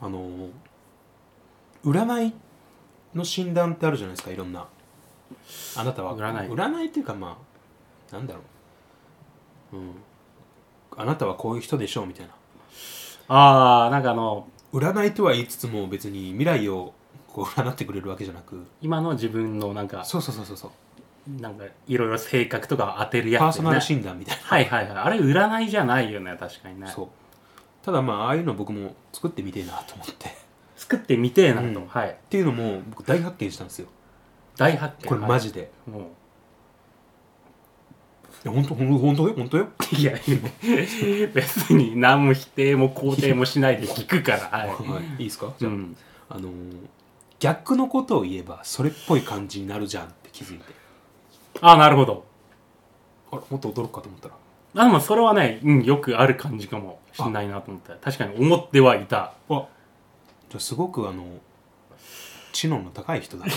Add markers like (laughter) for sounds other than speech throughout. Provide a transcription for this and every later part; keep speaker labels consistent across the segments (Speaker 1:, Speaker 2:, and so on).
Speaker 1: あのー占いの診断ってあるじゃないですかいろんなあなたは
Speaker 2: 占い
Speaker 1: 占いっていうかまあなんだろう、うん、あなたはこういう人でしょうみたいな
Speaker 2: ああなんかあの
Speaker 1: 占いとは言いつつも別に未来をこう占ってくれるわけじゃなく
Speaker 2: 今の自分のなんか
Speaker 1: そうそうそうそうそう
Speaker 2: なんかいろいろ性格とか当てるやつ、ね、
Speaker 1: パーソナル診断みたいな
Speaker 2: はいはいはいあれ占いじゃないよね確かにね
Speaker 1: そうただまあああいうの僕も作ってみてえなと思ってっ
Speaker 2: 作ってみてえなと、
Speaker 1: うん
Speaker 2: はい
Speaker 1: ていうのも僕大発見したんですよ
Speaker 2: 大発見
Speaker 1: これ
Speaker 2: はい
Speaker 1: マジで、
Speaker 2: も
Speaker 1: いや本当本当よ本当よ
Speaker 2: ういやいや (laughs) 別に何も否定も肯定もしないで聞くからはい、
Speaker 1: はい、いいですか
Speaker 2: う
Speaker 1: (laughs) じゃあ、
Speaker 2: ん、
Speaker 1: あのー逆のことを言えばそれっぽい感じになるじゃんって気づいて
Speaker 2: あなるほど
Speaker 1: あらもっと驚くかと思ったら
Speaker 2: あでもそれはね、うん、よくある感じかもしんないなと思った確かに思ってはいた
Speaker 1: あじゃあすごくあの知能の高い人 (laughs) だね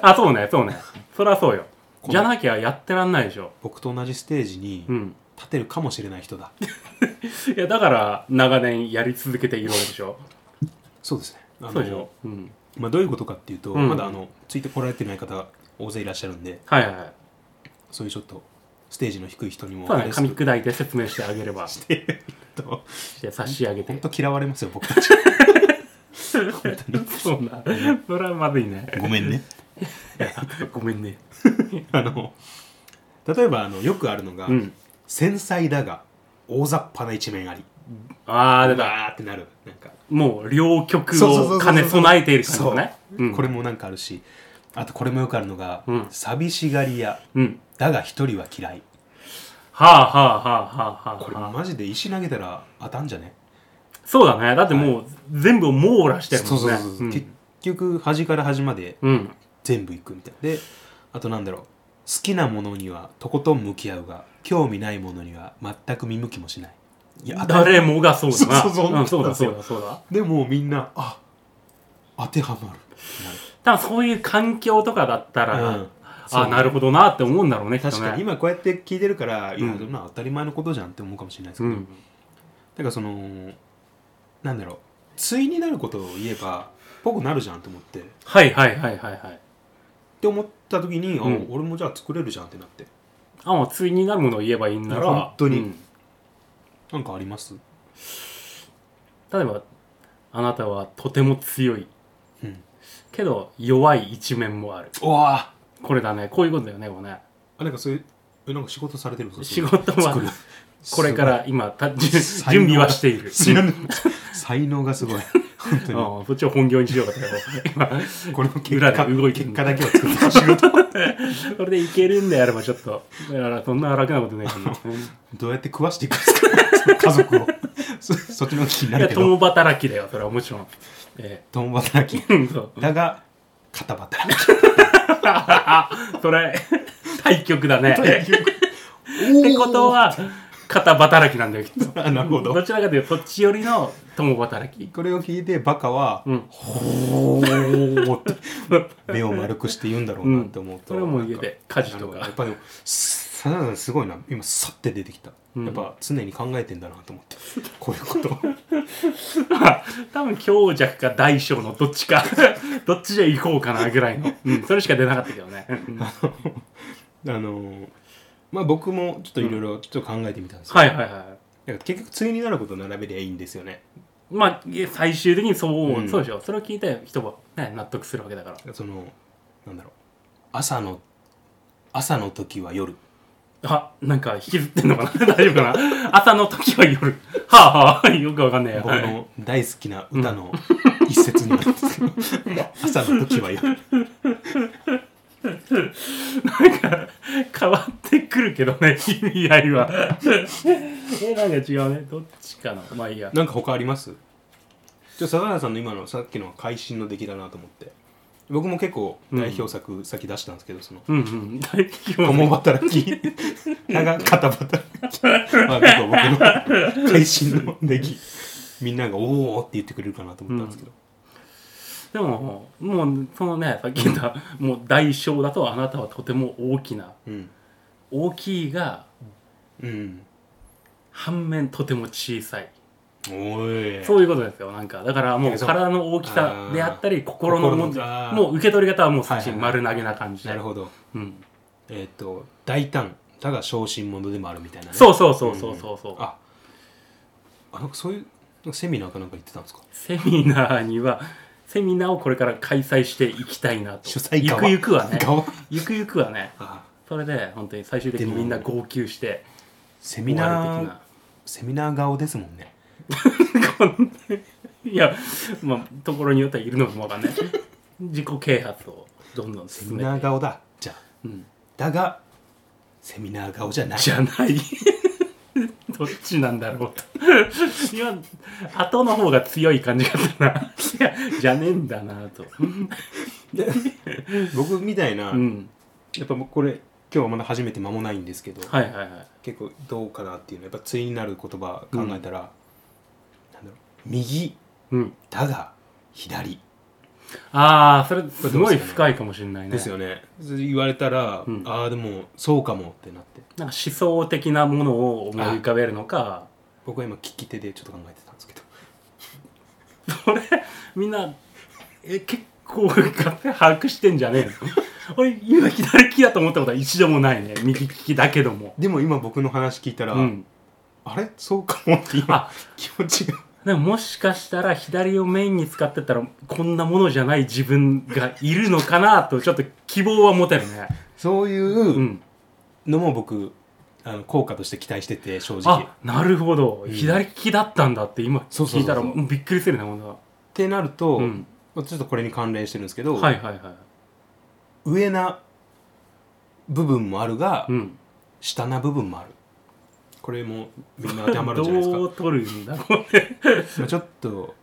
Speaker 2: あそうねそうねそりゃそうよ
Speaker 1: この
Speaker 2: じゃなきゃやってらんないでしょ
Speaker 1: 僕と同じステージに
Speaker 2: うん
Speaker 1: 立てるかもしれない人だ、
Speaker 2: いやだから長年やり続けているわけでしょ
Speaker 1: (laughs) そうですねあの
Speaker 2: そうでしょ、うん、
Speaker 1: まあ、どういうことかっていうと、
Speaker 2: うん
Speaker 1: まだあのついてこられてない方が大勢いらっしゃるんで
Speaker 2: はいはいはい
Speaker 1: そういうちょっとステージの低い人にも
Speaker 2: そうだね
Speaker 1: レス
Speaker 2: 噛み砕いて説明してあげれば
Speaker 1: していると
Speaker 2: で差し上げ
Speaker 1: (laughs)
Speaker 2: て
Speaker 1: 本当嫌われますよ僕たち
Speaker 2: そうな (laughs) それはまずい
Speaker 1: (laughs)
Speaker 2: ね
Speaker 1: (laughs) ごめんね
Speaker 2: ごめんね
Speaker 1: あの例えばあのよくあるのが、
Speaker 2: うん
Speaker 1: 繊細だが大雑把な一面あり
Speaker 2: ああ
Speaker 1: あ
Speaker 2: 出
Speaker 1: れ
Speaker 2: た
Speaker 1: だーってなるなんか、
Speaker 2: もう両極
Speaker 1: そうそうそうそ
Speaker 2: を
Speaker 1: う
Speaker 2: 兼ね備えている感じ
Speaker 1: そ
Speaker 2: の
Speaker 1: う、
Speaker 2: ねうん
Speaker 1: これもなんかあるしあとこれもよくあるのが、
Speaker 2: うん
Speaker 1: 寂しがり屋
Speaker 2: うん
Speaker 1: だが一人は嫌い
Speaker 2: はあはあはあはあ
Speaker 1: これ
Speaker 2: はあはあ
Speaker 1: マジで石投げたら当たんじゃね
Speaker 2: そうだねだってもう全部を網羅してるもんね
Speaker 1: そうそうそうそう、結局端から端まで
Speaker 2: うんうん
Speaker 1: 全部いくみたいなであとなんだろう好きなものにはとことん向き合うが興味ないものには全く見向きもしないいや当たり
Speaker 2: 誰もがそうだな
Speaker 1: そうそうそう
Speaker 2: うんそうだ
Speaker 1: そ
Speaker 2: そううだそうだ
Speaker 1: でもみんなあ当てはまるってなる
Speaker 2: 多分そういう環境とかだった
Speaker 1: う
Speaker 2: ら
Speaker 1: んそう
Speaker 2: あなるほどなって思うんだろうねきっと
Speaker 1: 確かに
Speaker 2: ね
Speaker 1: 今こうやって聞いてるから、いや
Speaker 2: うん
Speaker 1: そんな当たり前のことじゃんって思うかもしれないですけ
Speaker 2: う
Speaker 1: ど、
Speaker 2: ん
Speaker 1: だからそのなんだろう対になることを言えばぽくなるじゃんと思ってっ
Speaker 2: はいはいはいはいはい
Speaker 1: て思った時に、あ
Speaker 2: うん
Speaker 1: 俺もじゃあ作れるじゃんってなって
Speaker 2: あもう対になるものを言えばいいんなら
Speaker 1: 本当に
Speaker 2: うん
Speaker 1: なんかあります、
Speaker 2: 例えばあなたはとても強い
Speaker 1: うん、
Speaker 2: けど弱い一面もある
Speaker 1: おわ
Speaker 2: これだねこういうことだよねもうね
Speaker 1: あなんかそういうえなんか仕事されてるんです
Speaker 2: 仕事は
Speaker 1: 作る
Speaker 2: これから今たじゅ
Speaker 1: すごい
Speaker 2: 準備はし
Speaker 1: (laughs)
Speaker 2: ている
Speaker 1: 才能才能がすごい本当
Speaker 2: うん
Speaker 1: に
Speaker 2: うんそっちを本業にしようかと今
Speaker 1: これの結
Speaker 2: 裏
Speaker 1: 果
Speaker 2: で動いてる
Speaker 1: 結果だけを作ってほしい仕事
Speaker 2: それでいけるんであればちょっとだからそんな楽なことないし
Speaker 1: (laughs) どうやって食わしていくんですか家族をそそっちの方が気にないる
Speaker 2: や
Speaker 1: けど
Speaker 2: 共働きだよそれはもちろんえ
Speaker 1: 共働き
Speaker 2: えうんそう
Speaker 1: だが片働き
Speaker 2: あそれ (laughs) 対局だねって
Speaker 1: って
Speaker 2: ことは片働きなんだよきっと
Speaker 1: あ (laughs) なるほど
Speaker 2: どちらかというとそっち寄りの共働き
Speaker 1: これを聞いてバカは、
Speaker 2: うん
Speaker 1: ほーって目を丸くして言うんだろうなって思うと、
Speaker 2: うんそれはもう家で
Speaker 1: なん
Speaker 2: 家事とか
Speaker 1: なるほどやっぱりさださんすごいな今さって出てきた、
Speaker 2: うん
Speaker 1: やっぱ常に考えてんだなと思ってこういうこと
Speaker 2: (laughs)
Speaker 1: (laughs)
Speaker 2: 多分強弱か大小のどっちか (laughs) どっちで行こうかなぐらいの、うん、それしか出なかったけどねうんは
Speaker 1: あのまあ僕もちょっといろいろちょっと考えてみたんですけど、
Speaker 2: いはいは
Speaker 1: なんか結局対になることを並べりゃいいんですよね
Speaker 2: いまあい最終的にそう、
Speaker 1: うん
Speaker 2: そうでしょそれを聞いて人は、ね、納得するわけだから
Speaker 1: そのなんだろう朝の朝の時は夜
Speaker 2: あなんか引きずってんのかな (laughs) 大丈夫かな朝の時は夜はあはあよくわかんねえや
Speaker 1: 僕の大好きな歌の一節になるんですけど朝の時は夜
Speaker 2: なんか変わってくるけどね意味合いは (laughs) えなんか違うねどっちかなまあいいや
Speaker 1: (laughs) なんか他ありますじゃあ佐原さんの今のさっきのは会心の出来だなと思って僕も結構代表作、さっき出したんですけどその
Speaker 2: うんうん大企業
Speaker 1: 共働き長片働きまあ結構僕の会心の出来みんなが「おお!」って言ってくれるかなと思ったんですけど、
Speaker 2: でも、もう、そのね、さっき言った、もう代償だと、あなたはとても大きな、
Speaker 1: うん
Speaker 2: 大きいが、
Speaker 1: うん
Speaker 2: 反面とても小さい。
Speaker 1: おい
Speaker 2: そういうことですよなんかだからもう体の大きさであったり心のもん
Speaker 1: 心のあー
Speaker 2: もう受け取り方はもうそっち
Speaker 1: はいはい
Speaker 2: 丸投げな感じで、
Speaker 1: なるほど
Speaker 2: うん、
Speaker 1: えっ、と大胆ただ小心者でもあるみたいな、ね、
Speaker 2: そうそうそうそうそうそう、
Speaker 1: ああなんかそういうなんかセミナーかなんか行ってたんですか
Speaker 2: セミナーにはセミナーをこれから開催していきたいなと
Speaker 1: 主催
Speaker 2: ゆ
Speaker 1: 側
Speaker 2: くゆくはね
Speaker 1: 側
Speaker 2: ゆくゆくはね
Speaker 1: あ
Speaker 2: それで本当に最終的にみんな号泣して
Speaker 1: セミ
Speaker 2: 終わ
Speaker 1: ナ
Speaker 2: る
Speaker 1: ーセミナー顔ですもんね
Speaker 2: 的なこんないやまあところによってはいるのかもわかんない自己啓発をどんどん
Speaker 1: セ
Speaker 2: 進
Speaker 1: ミ
Speaker 2: め
Speaker 1: ナ
Speaker 2: て
Speaker 1: ー顔だじゃあ
Speaker 2: うん
Speaker 1: だがセミナー顔じゃない
Speaker 2: じゃない (laughs) どっちなんだろうと今後の方が強い感じがするないやじゃねえんだなと
Speaker 1: で (laughs) 僕みたいな、
Speaker 2: うん
Speaker 1: やっぱもうこれ今日はまだ初めて間もないんですけど、
Speaker 2: はいはいはい
Speaker 1: 結構どうかなっていうのやっぱ対になる言葉考えたら、なんだろう右
Speaker 2: うん
Speaker 1: だが左
Speaker 2: ああそれすごい深いかもしれないね
Speaker 1: ですよね言われたら、
Speaker 2: うん
Speaker 1: ああでもそうかもってなって
Speaker 2: なんか思想的なものを思い浮かべるのか
Speaker 1: 僕は今聞き手でちょっと考えてたんですけど
Speaker 2: それみんなえ結構勝手に把握してんじゃねえの (laughs) 俺今左利きだと思ったことは一度もないね右利きだけども
Speaker 1: でも今僕の話聞いたら、
Speaker 2: うん
Speaker 1: あれそうかもって今
Speaker 2: あ
Speaker 1: 気持ちが
Speaker 2: でももしかしたら左をメインに使ってたらこんなものじゃない自分がいるのかなとちょっと希望は持てるね
Speaker 1: そういううんのも僕あの効果として期待してて正直っ
Speaker 2: あなるほど、
Speaker 1: うん
Speaker 2: 左利きだったんだって今
Speaker 1: そうそうそうそう
Speaker 2: 聞いたらもうびっくりするねほんと
Speaker 1: てなると、
Speaker 2: うん
Speaker 1: まあちょっとこれに関連してるんですけど、
Speaker 2: はいはいはい
Speaker 1: 上な部分もあるが、
Speaker 2: うん
Speaker 1: 下な部分もあるこれもみんな当てはまるんじゃないですか
Speaker 2: どう取るんだ (laughs) これ
Speaker 1: まあ、ちょっと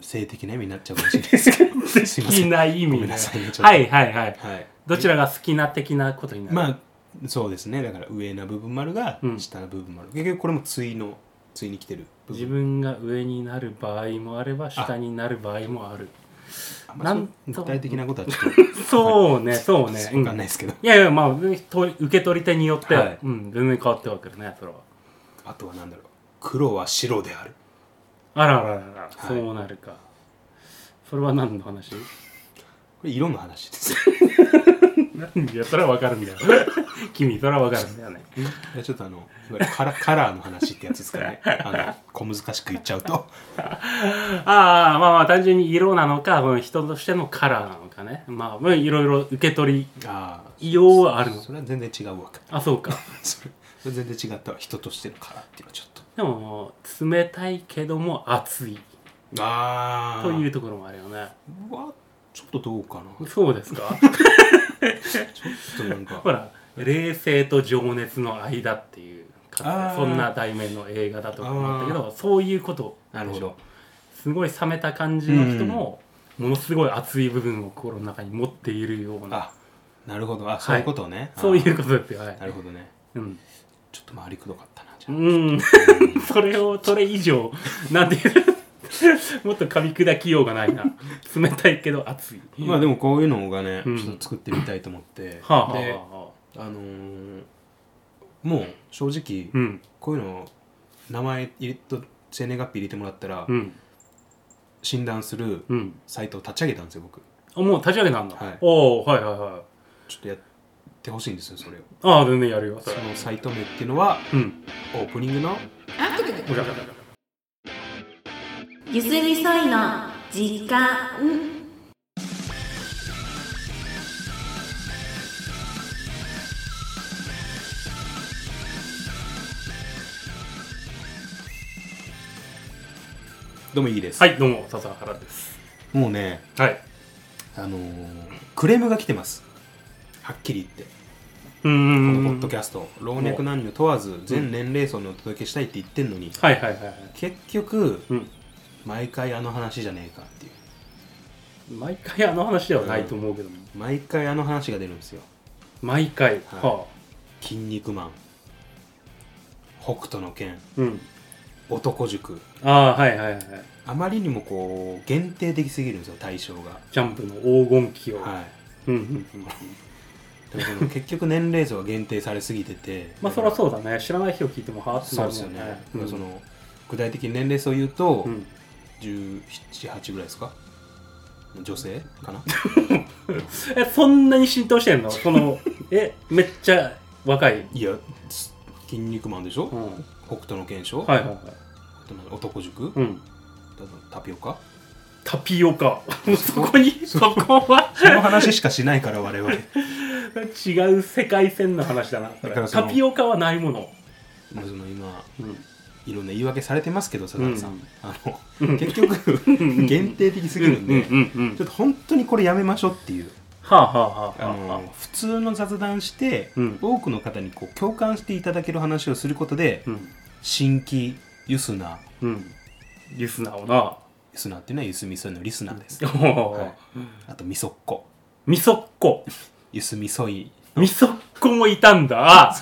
Speaker 1: 性的な意味になっちゃうかもしれないですけ (laughs) どすい
Speaker 2: 好
Speaker 1: ませ
Speaker 2: き
Speaker 1: ん
Speaker 2: な意
Speaker 1: ご
Speaker 2: 味
Speaker 1: め
Speaker 2: ね
Speaker 1: んなさいねちょっと
Speaker 2: はいはいはい
Speaker 1: はい
Speaker 2: どちらが好きな的なことになる、
Speaker 1: まあそうですねだから上な部分もあるが、
Speaker 2: うん
Speaker 1: 下な部分もある結局これも対の対に来てる部分
Speaker 2: 自分が上になる場合もあれば下になる場合もある
Speaker 1: あんま
Speaker 2: なんと
Speaker 1: そう具体的なことはちょっ
Speaker 2: そうねそうね、
Speaker 1: と
Speaker 2: う
Speaker 1: 分
Speaker 2: ん
Speaker 1: かんないですけど、
Speaker 2: いやいやまあと受け取り手によって、
Speaker 1: はい
Speaker 2: うん、全然変わってはくるねそれは
Speaker 1: あとは何だろう黒は白である
Speaker 2: あらあらあらあら、
Speaker 1: い
Speaker 2: そうなるかそれは何の話
Speaker 1: これ色の話 (laughs) です
Speaker 2: (laughs) いやそれは分かるんだよ (laughs) 君それは分かるんだよね
Speaker 1: いやちょっとあのいわゆるカラカラーの話ってやつですか (laughs) ねあの小難しく言っちゃうと
Speaker 2: ああまあまあ単純に色なのかうん人としてのカラーなのかねまあうんいろいろ受け取
Speaker 1: あ
Speaker 2: りようはある
Speaker 1: あ
Speaker 2: の
Speaker 1: それは全然違うわ
Speaker 2: あそうか
Speaker 1: それそれ全然違ったわ人としてのカラーっていうのはちょっと
Speaker 2: でも冷たいけども熱い
Speaker 1: あ
Speaker 2: といううところもあるよね
Speaker 1: わちょっとどうかな
Speaker 2: そう (laughs) ですか
Speaker 1: ちょっとなんか
Speaker 2: ほら冷静と情熱の間っていうかつて
Speaker 1: あー
Speaker 2: そんな題名の映画だとかもあったけどそういうこと
Speaker 1: (laughs) なるほど
Speaker 2: すごい冷めた感じの人も、ものすごい熱い部分を心の中に持っているような
Speaker 1: あなるほどあそういうことね、あー
Speaker 2: そういうことですよはい
Speaker 1: なるほどね
Speaker 2: うん、
Speaker 1: ちょっと回りくどかったなじ
Speaker 2: う
Speaker 1: ゃあ (laughs)
Speaker 2: ん、それをそれ以上なんていう (laughs) のもっと噛み砕きようがないな冷たいけど熱い
Speaker 1: まあでもこういうのがね、
Speaker 2: うん
Speaker 1: ちょっと作ってみたいと思って、
Speaker 2: はあ、はあ
Speaker 1: で
Speaker 2: は
Speaker 1: あのーもう正直、
Speaker 2: あ、うん
Speaker 1: こういうの名前入れと生年月日入れてもらったら、
Speaker 2: うん
Speaker 1: 診断する
Speaker 2: うん
Speaker 1: サイトを立ち上げたんですよ僕
Speaker 2: あもう立ち上げたんだ、
Speaker 1: はい
Speaker 2: おおはいはいはい
Speaker 1: ちょっとやってほしいんですよそれを
Speaker 2: ああ全然やるよそ
Speaker 1: そ
Speaker 2: れ
Speaker 1: のサイト名っていうのは
Speaker 2: うん
Speaker 1: オープニングの
Speaker 2: おじゃおじゃおじゃ
Speaker 3: ゆすみそいの時間
Speaker 1: どうもいいです、
Speaker 2: はいどうも笹原です
Speaker 1: もうね
Speaker 2: はい
Speaker 1: あのークレームが来てますはっきり言って
Speaker 2: うー
Speaker 1: こ
Speaker 2: ん
Speaker 1: のポッドキャスト老若男女問わず全年齢層にお届けしたいって言ってんのに、
Speaker 2: はいはいはいはい
Speaker 1: 結局
Speaker 2: うん
Speaker 1: 毎回あの話じゃねえかっていう
Speaker 2: 毎回あの話ではないと思うけども、
Speaker 1: 毎回あの話が出るんですよ
Speaker 2: 毎回はあ、
Speaker 1: 「筋肉マン」「北斗の拳」
Speaker 2: うん
Speaker 1: 「男塾
Speaker 2: ああはいはいはい」
Speaker 1: あまりにもこう限定的すぎるんですよ対象が
Speaker 2: ジャンプの黄金期を、
Speaker 1: はい
Speaker 2: うんうんうん
Speaker 1: でもそ
Speaker 2: (laughs)
Speaker 1: の結局年齢層が限定されすぎてて
Speaker 2: まあそりゃそうだね知らない人聞いてもはあって
Speaker 1: そ
Speaker 2: な
Speaker 1: う
Speaker 2: る
Speaker 1: で
Speaker 2: も
Speaker 1: すよ
Speaker 2: ん
Speaker 1: ね
Speaker 2: ね、
Speaker 1: だからその具体的に年齢層言うと、
Speaker 2: うん
Speaker 1: 1718ぐらいですか女性かな
Speaker 2: えそんなに浸透してんのこのえめっちゃ若い、
Speaker 1: いやす筋肉マンでしょ、
Speaker 2: うん、
Speaker 1: 北斗の拳賞、
Speaker 2: はいはいはい、
Speaker 1: あとなんだ男塾、
Speaker 2: うん、
Speaker 1: あとタピオカ
Speaker 2: タピオカそこにそこは
Speaker 1: その話しかしないから我々
Speaker 2: 違う世界線の話だなそれ
Speaker 1: だからそ
Speaker 2: タ
Speaker 1: の
Speaker 2: ピオカはないもの、
Speaker 1: まあその今
Speaker 2: うん
Speaker 1: いろんな言い訳されてますけど佐々木さん、
Speaker 2: うん
Speaker 1: あの結局限定的すぎるんで、
Speaker 2: うんうんうん
Speaker 1: ちょっと本当にこれやめましょうっていう、
Speaker 2: はあはあはあ
Speaker 1: あ
Speaker 2: はあ
Speaker 1: の普通の雑談して、
Speaker 2: うん
Speaker 1: 多くの方にこう共感していただける話をすることで、
Speaker 2: うん
Speaker 1: 新規ユスナー
Speaker 2: うんリスナーをな
Speaker 1: リスナーっていうのはゆすみそいのリスナーです、
Speaker 2: おー
Speaker 1: はいあとみそっこ
Speaker 2: みそっこ
Speaker 1: ゆすみそい
Speaker 2: みそっこもいたんだあ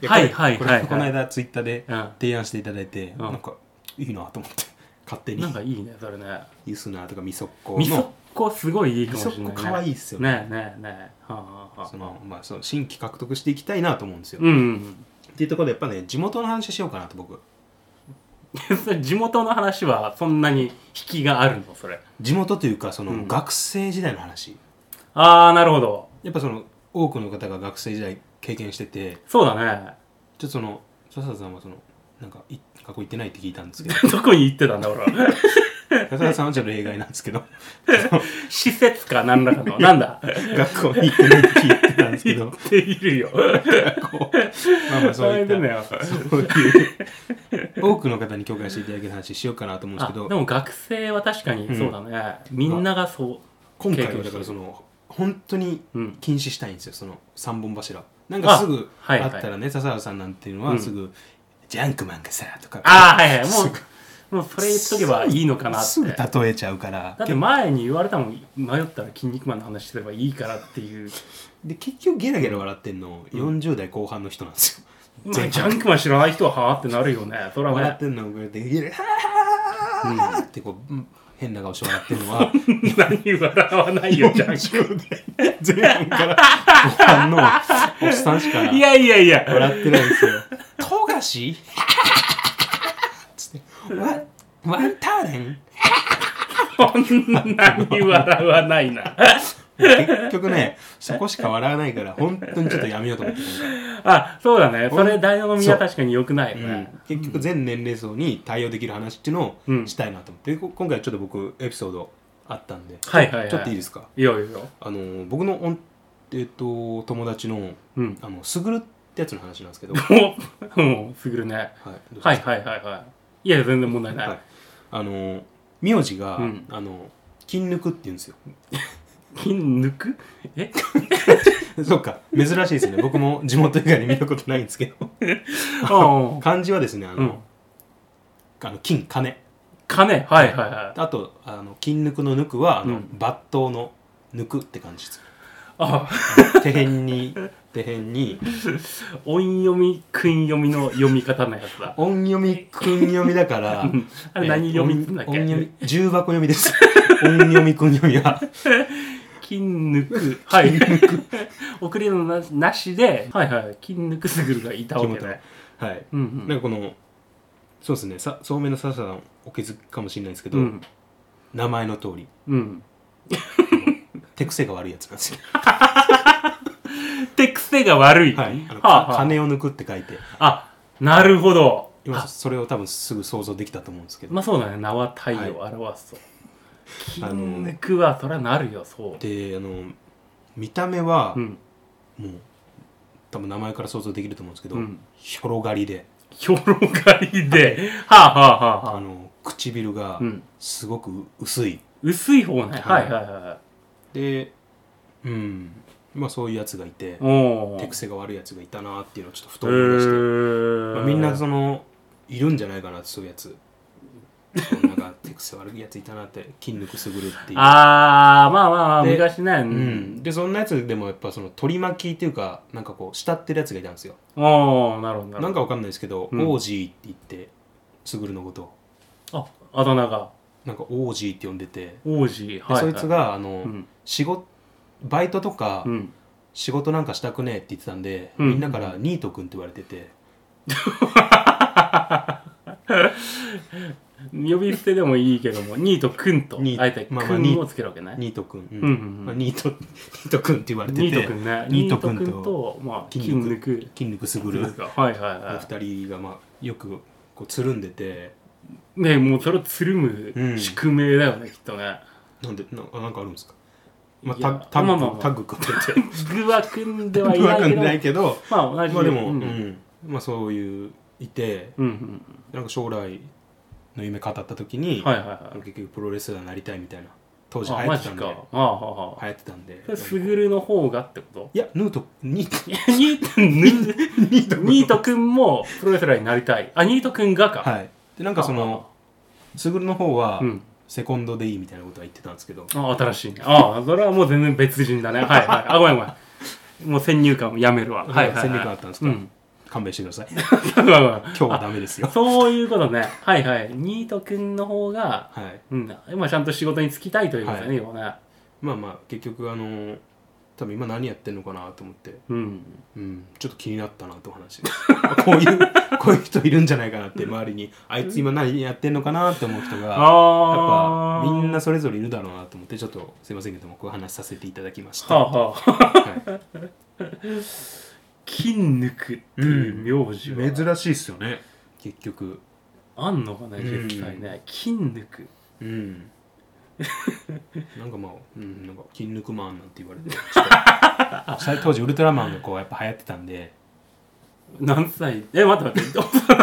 Speaker 1: いや
Speaker 2: はい
Speaker 1: これ
Speaker 2: はい
Speaker 1: これ
Speaker 2: はいはい
Speaker 1: この間ツイッターで
Speaker 2: うん
Speaker 1: 提案していただいて、
Speaker 2: ん
Speaker 1: なんかいいなと思って勝手に
Speaker 2: なんかいいねそれね
Speaker 1: ユスナーとかみそっこ
Speaker 2: みそっ
Speaker 1: の
Speaker 2: こすごいいいか
Speaker 1: み
Speaker 2: もし
Speaker 1: そ
Speaker 2: れ
Speaker 1: っ
Speaker 2: ない、
Speaker 1: こ
Speaker 2: ね、
Speaker 1: 可愛いっすよね
Speaker 2: ねえねえねえはあはあはあ
Speaker 1: そのまあ、その新規獲得していきたいなと思うんですよ、
Speaker 2: うんうん
Speaker 1: っていうところでやっぱね地元の話しようかなと僕
Speaker 2: うん (laughs) それ地元の話はそんなに引きがあるのそれ
Speaker 1: 地元というかその、
Speaker 2: うん
Speaker 1: 学生時代の話
Speaker 2: ああなるほど
Speaker 1: やっぱその多くの方が学生時代経験してて
Speaker 2: そうだね (laughs)
Speaker 1: ちょっとその笹田さんはそのなんかい学校行ってないって聞いたん
Speaker 2: (laughs)
Speaker 1: ですけど
Speaker 2: どこに行ってたんだ俺は
Speaker 1: 笹田さんはちょっと例外なんですけど (laughs)
Speaker 2: 施設か何らかのなんだ (laughs)
Speaker 1: 学校に行ってないって聞いてたんですけ
Speaker 2: 行
Speaker 1: ど
Speaker 2: っているよ
Speaker 1: こうまあまあそういっ
Speaker 2: だ
Speaker 1: た
Speaker 2: よ
Speaker 1: そう
Speaker 2: (laughs)
Speaker 1: いう多くの方に共感していただける話しようかなと思うんです
Speaker 2: あ
Speaker 1: けど
Speaker 2: でも学生は確かにそうだね、みんながそう
Speaker 1: 今回は
Speaker 2: 経験
Speaker 1: だ
Speaker 2: して
Speaker 1: から
Speaker 2: る
Speaker 1: その本当に
Speaker 2: うん
Speaker 1: 禁止したいんですよその3本柱なんかすぐあ
Speaker 2: あはいはい
Speaker 1: ったらね、笹原さんなんていうの
Speaker 2: う
Speaker 1: は
Speaker 2: ん
Speaker 1: すぐ、ジャンクマンがさとか
Speaker 2: ああはいはい
Speaker 1: す
Speaker 2: もうもうそれ言っとけばいいのかなっ
Speaker 1: す
Speaker 2: て
Speaker 1: ぐ例えちゃうから
Speaker 2: だって前に言われたもん迷ったら「筋肉マン」の話すればいいからっていう
Speaker 1: で結局ゲラゲラ笑ってんの40代後半の人なんですよ、
Speaker 2: まあ
Speaker 1: 全
Speaker 2: ジ
Speaker 1: 然
Speaker 2: ャンクマン知らない人ははあってなるよねそれは
Speaker 1: 笑っ
Speaker 2: ね
Speaker 1: てんのをこうやってゲラハーってこう、うん変な顔して笑ってるのは
Speaker 2: 何笑わないよジャンク
Speaker 1: 40代前半から後半のおっさんしか
Speaker 2: (laughs) いやいやいや
Speaker 1: 笑ってないんですよ富樫つってワワンターレン
Speaker 2: こんなに笑わないな
Speaker 1: 結局ねそこしか笑わないから本当にちょっとやめようと思って
Speaker 2: あそうだねそれダイヤのみは確かに良くないよ
Speaker 1: る、
Speaker 2: ね
Speaker 1: 結局全年齢層に対応できる話っていうのをしたいなと思って、でこ今回ちょっと僕エピソードあったんで、
Speaker 2: はいはいはい
Speaker 1: ちょっといいですか
Speaker 2: いやいやいや
Speaker 1: あの僕のおんえっと友達の
Speaker 2: うん
Speaker 1: あのスグルってやつの話なんですけど、
Speaker 2: お (laughs) うんすぐるね
Speaker 1: はい
Speaker 2: はいはいはいはいいや全然問題ない、
Speaker 1: はいあの名字が、
Speaker 2: うん
Speaker 1: あの金抜くって言うんですよ
Speaker 2: 金抜く
Speaker 1: (laughs)
Speaker 2: え
Speaker 1: そうか珍しいですね僕も地元以外に見たことないんですけど
Speaker 2: ああ
Speaker 1: 漢字はですねあの、
Speaker 2: うん
Speaker 1: あの金金
Speaker 2: 金はいはいはい
Speaker 1: あとあの金抜くの抜くはあの、
Speaker 2: うん
Speaker 1: 抜刀の抜くって感じです
Speaker 2: あ
Speaker 1: 底辺
Speaker 2: (laughs)
Speaker 1: に底辺に
Speaker 2: 音読み訓読みの読み方のや
Speaker 1: (laughs)
Speaker 2: つだ
Speaker 1: 音読み訓読みだから
Speaker 2: あれ何読みっつうんだっけ、
Speaker 1: 音音読み重箱読みです
Speaker 2: (laughs)
Speaker 1: 音読み訓読みは
Speaker 2: 筋
Speaker 1: (laughs)
Speaker 2: 肉はい (laughs) 送りのななしではいはい筋肉すぐるがいたわけ
Speaker 1: 木
Speaker 2: ね
Speaker 1: 本はい、
Speaker 2: うんう
Speaker 1: なん
Speaker 2: ん
Speaker 1: かこのそうですねさそうめんのささんお気づきかもしれないですけど、
Speaker 2: うん
Speaker 1: 名前の通り
Speaker 2: うん
Speaker 1: 手癖が悪いやつなん
Speaker 2: (laughs)
Speaker 1: ですよ、
Speaker 2: 手癖が悪い、
Speaker 1: はい、あの
Speaker 2: はあ、は
Speaker 1: 金を抜くって書いて
Speaker 2: あ、あなるほど
Speaker 1: 今それを多分すぐ想像できたと思うんですけど、
Speaker 2: まあそうだね名は体を表すと、筋
Speaker 1: あの
Speaker 2: 肉はそりゃなるよそう
Speaker 1: であの見た目は
Speaker 2: うん
Speaker 1: もう多分名前から想像できると思うんですけど、
Speaker 2: うん
Speaker 1: 広がりで
Speaker 2: ひょろがりではあはあはあは
Speaker 1: あ
Speaker 2: あ
Speaker 1: の唇が
Speaker 2: うん
Speaker 1: すごく薄い、
Speaker 2: 薄い方ねは
Speaker 1: はい
Speaker 2: いはいは
Speaker 1: でうんまあそういうやつがいて
Speaker 2: いおお
Speaker 1: 手癖が悪いやつがいたなっていうのをちょっとふと
Speaker 2: へ
Speaker 1: 思い出して、ま
Speaker 2: ー
Speaker 1: あ、みんなそのいるんじゃないかなってそういうやつそうなんか手癖悪いやついたなって筋肉すぐるっていう
Speaker 2: あーまあまあまあ
Speaker 1: で
Speaker 2: 昔ねう
Speaker 1: うんん、でそんなやつでもやっぱその取り巻きっていうかなんかこう慕ってるやつがいたんですよ
Speaker 2: おーなるほ
Speaker 1: な
Speaker 2: ど
Speaker 1: ん
Speaker 2: る
Speaker 1: かわかんないですけど、
Speaker 2: うん
Speaker 1: オージーって言ってすぐるのことを
Speaker 2: ほどああだ名が
Speaker 1: なんかオージーって呼んでて、
Speaker 2: 王子
Speaker 1: でそいつがあの、
Speaker 2: うん
Speaker 1: 仕事バイトとか、
Speaker 2: うん
Speaker 1: 仕事なんかしたくねえって言ってたんで、
Speaker 2: うん
Speaker 1: みんなからニートくんって言われてて
Speaker 2: 呼び捨てでもいいけども (laughs) ニートくんと
Speaker 1: ニート
Speaker 2: あえて「く
Speaker 1: まあまあニー
Speaker 2: ん」
Speaker 1: ト
Speaker 2: をつけるわけね
Speaker 1: ニートくん、
Speaker 2: うんうんうん
Speaker 1: まあ、ニートニ (laughs) ートくんって言われてて
Speaker 2: ニートくんね
Speaker 1: ニー
Speaker 2: ニー
Speaker 1: ト
Speaker 2: ト
Speaker 1: く
Speaker 2: く
Speaker 1: ん
Speaker 2: ん
Speaker 1: と
Speaker 2: とまあ
Speaker 1: 筋
Speaker 2: 筋
Speaker 1: 肉
Speaker 2: 肉
Speaker 1: 筋肉すぐる
Speaker 2: というかはいはい
Speaker 1: お
Speaker 2: は
Speaker 1: 二人がまあよくこうつるんでて
Speaker 2: いねもうそれをつる
Speaker 1: うん
Speaker 2: む宿命だよねきっとね
Speaker 1: なんでななんかあるんですか、まあ、
Speaker 2: いや
Speaker 1: タッタッグ、
Speaker 2: まあまあまあ
Speaker 1: タッグ組んでて
Speaker 2: 具は組んではいな
Speaker 1: わ
Speaker 2: い
Speaker 1: か
Speaker 2: け
Speaker 1: ん
Speaker 2: ど
Speaker 1: ないけど
Speaker 2: まあ同じ
Speaker 1: まあでも、う
Speaker 2: うんんうん
Speaker 1: まあ、そういういて
Speaker 2: うん
Speaker 1: なんか将来の夢語った時に、
Speaker 2: はいはいはい
Speaker 1: 結局プロレスラーになりたいみたいな当時流
Speaker 2: あ
Speaker 1: 行
Speaker 2: マ
Speaker 1: って
Speaker 2: ジ
Speaker 1: たんで
Speaker 2: かあ
Speaker 1: 流
Speaker 2: ああああ
Speaker 1: 行ってたんで
Speaker 2: それすぐるの方がってこと
Speaker 1: いやヌートニー
Speaker 2: いやニートニートニートくんもプロレスラーになりたいあニートくんがか
Speaker 1: はいでなんかそのスグルの方は、
Speaker 2: うん
Speaker 1: セコンドでいいみたいなことは言ってたんですけど
Speaker 2: あ新しいねああそれはもう全然別人だねはいはいあごめんごめんもう先入観をやめるわはいはい、はい、
Speaker 1: 先入観あったんですか
Speaker 2: (laughs) うん
Speaker 1: 勘弁してください
Speaker 2: ごめんごめん
Speaker 1: 今日はダメですよ
Speaker 2: そういうことねはいはいニートくんの方が
Speaker 1: はい
Speaker 2: うん今ちゃんと仕事に就きたいということだね、
Speaker 1: は
Speaker 2: 今ね
Speaker 1: まあまあ結局あのー多分今何やってんのかなと思って、
Speaker 2: うん
Speaker 1: うん、ちょっと気になったなとお話 (laughs) こういうこういう人いるんじゃないかなって周りにあいつ今何やってんのかなって思う人
Speaker 2: あ
Speaker 1: がやっぱ
Speaker 2: あ
Speaker 1: みんなそれぞれいるだろうなと思ってちょっとすいませんけどもこういう話させていただきました、
Speaker 2: はあはあ
Speaker 1: は
Speaker 2: 金抜くっていう名字は、
Speaker 1: しいっすよね結局
Speaker 2: あんのかね
Speaker 1: うん
Speaker 2: 実際ね、金抜く
Speaker 1: うんなんかまあ、うん、なんか「筋肉マン」なんて言われて (laughs) 当時ウルトラマンがこうやっぱ流行ってたんで
Speaker 2: 何歳え待って待って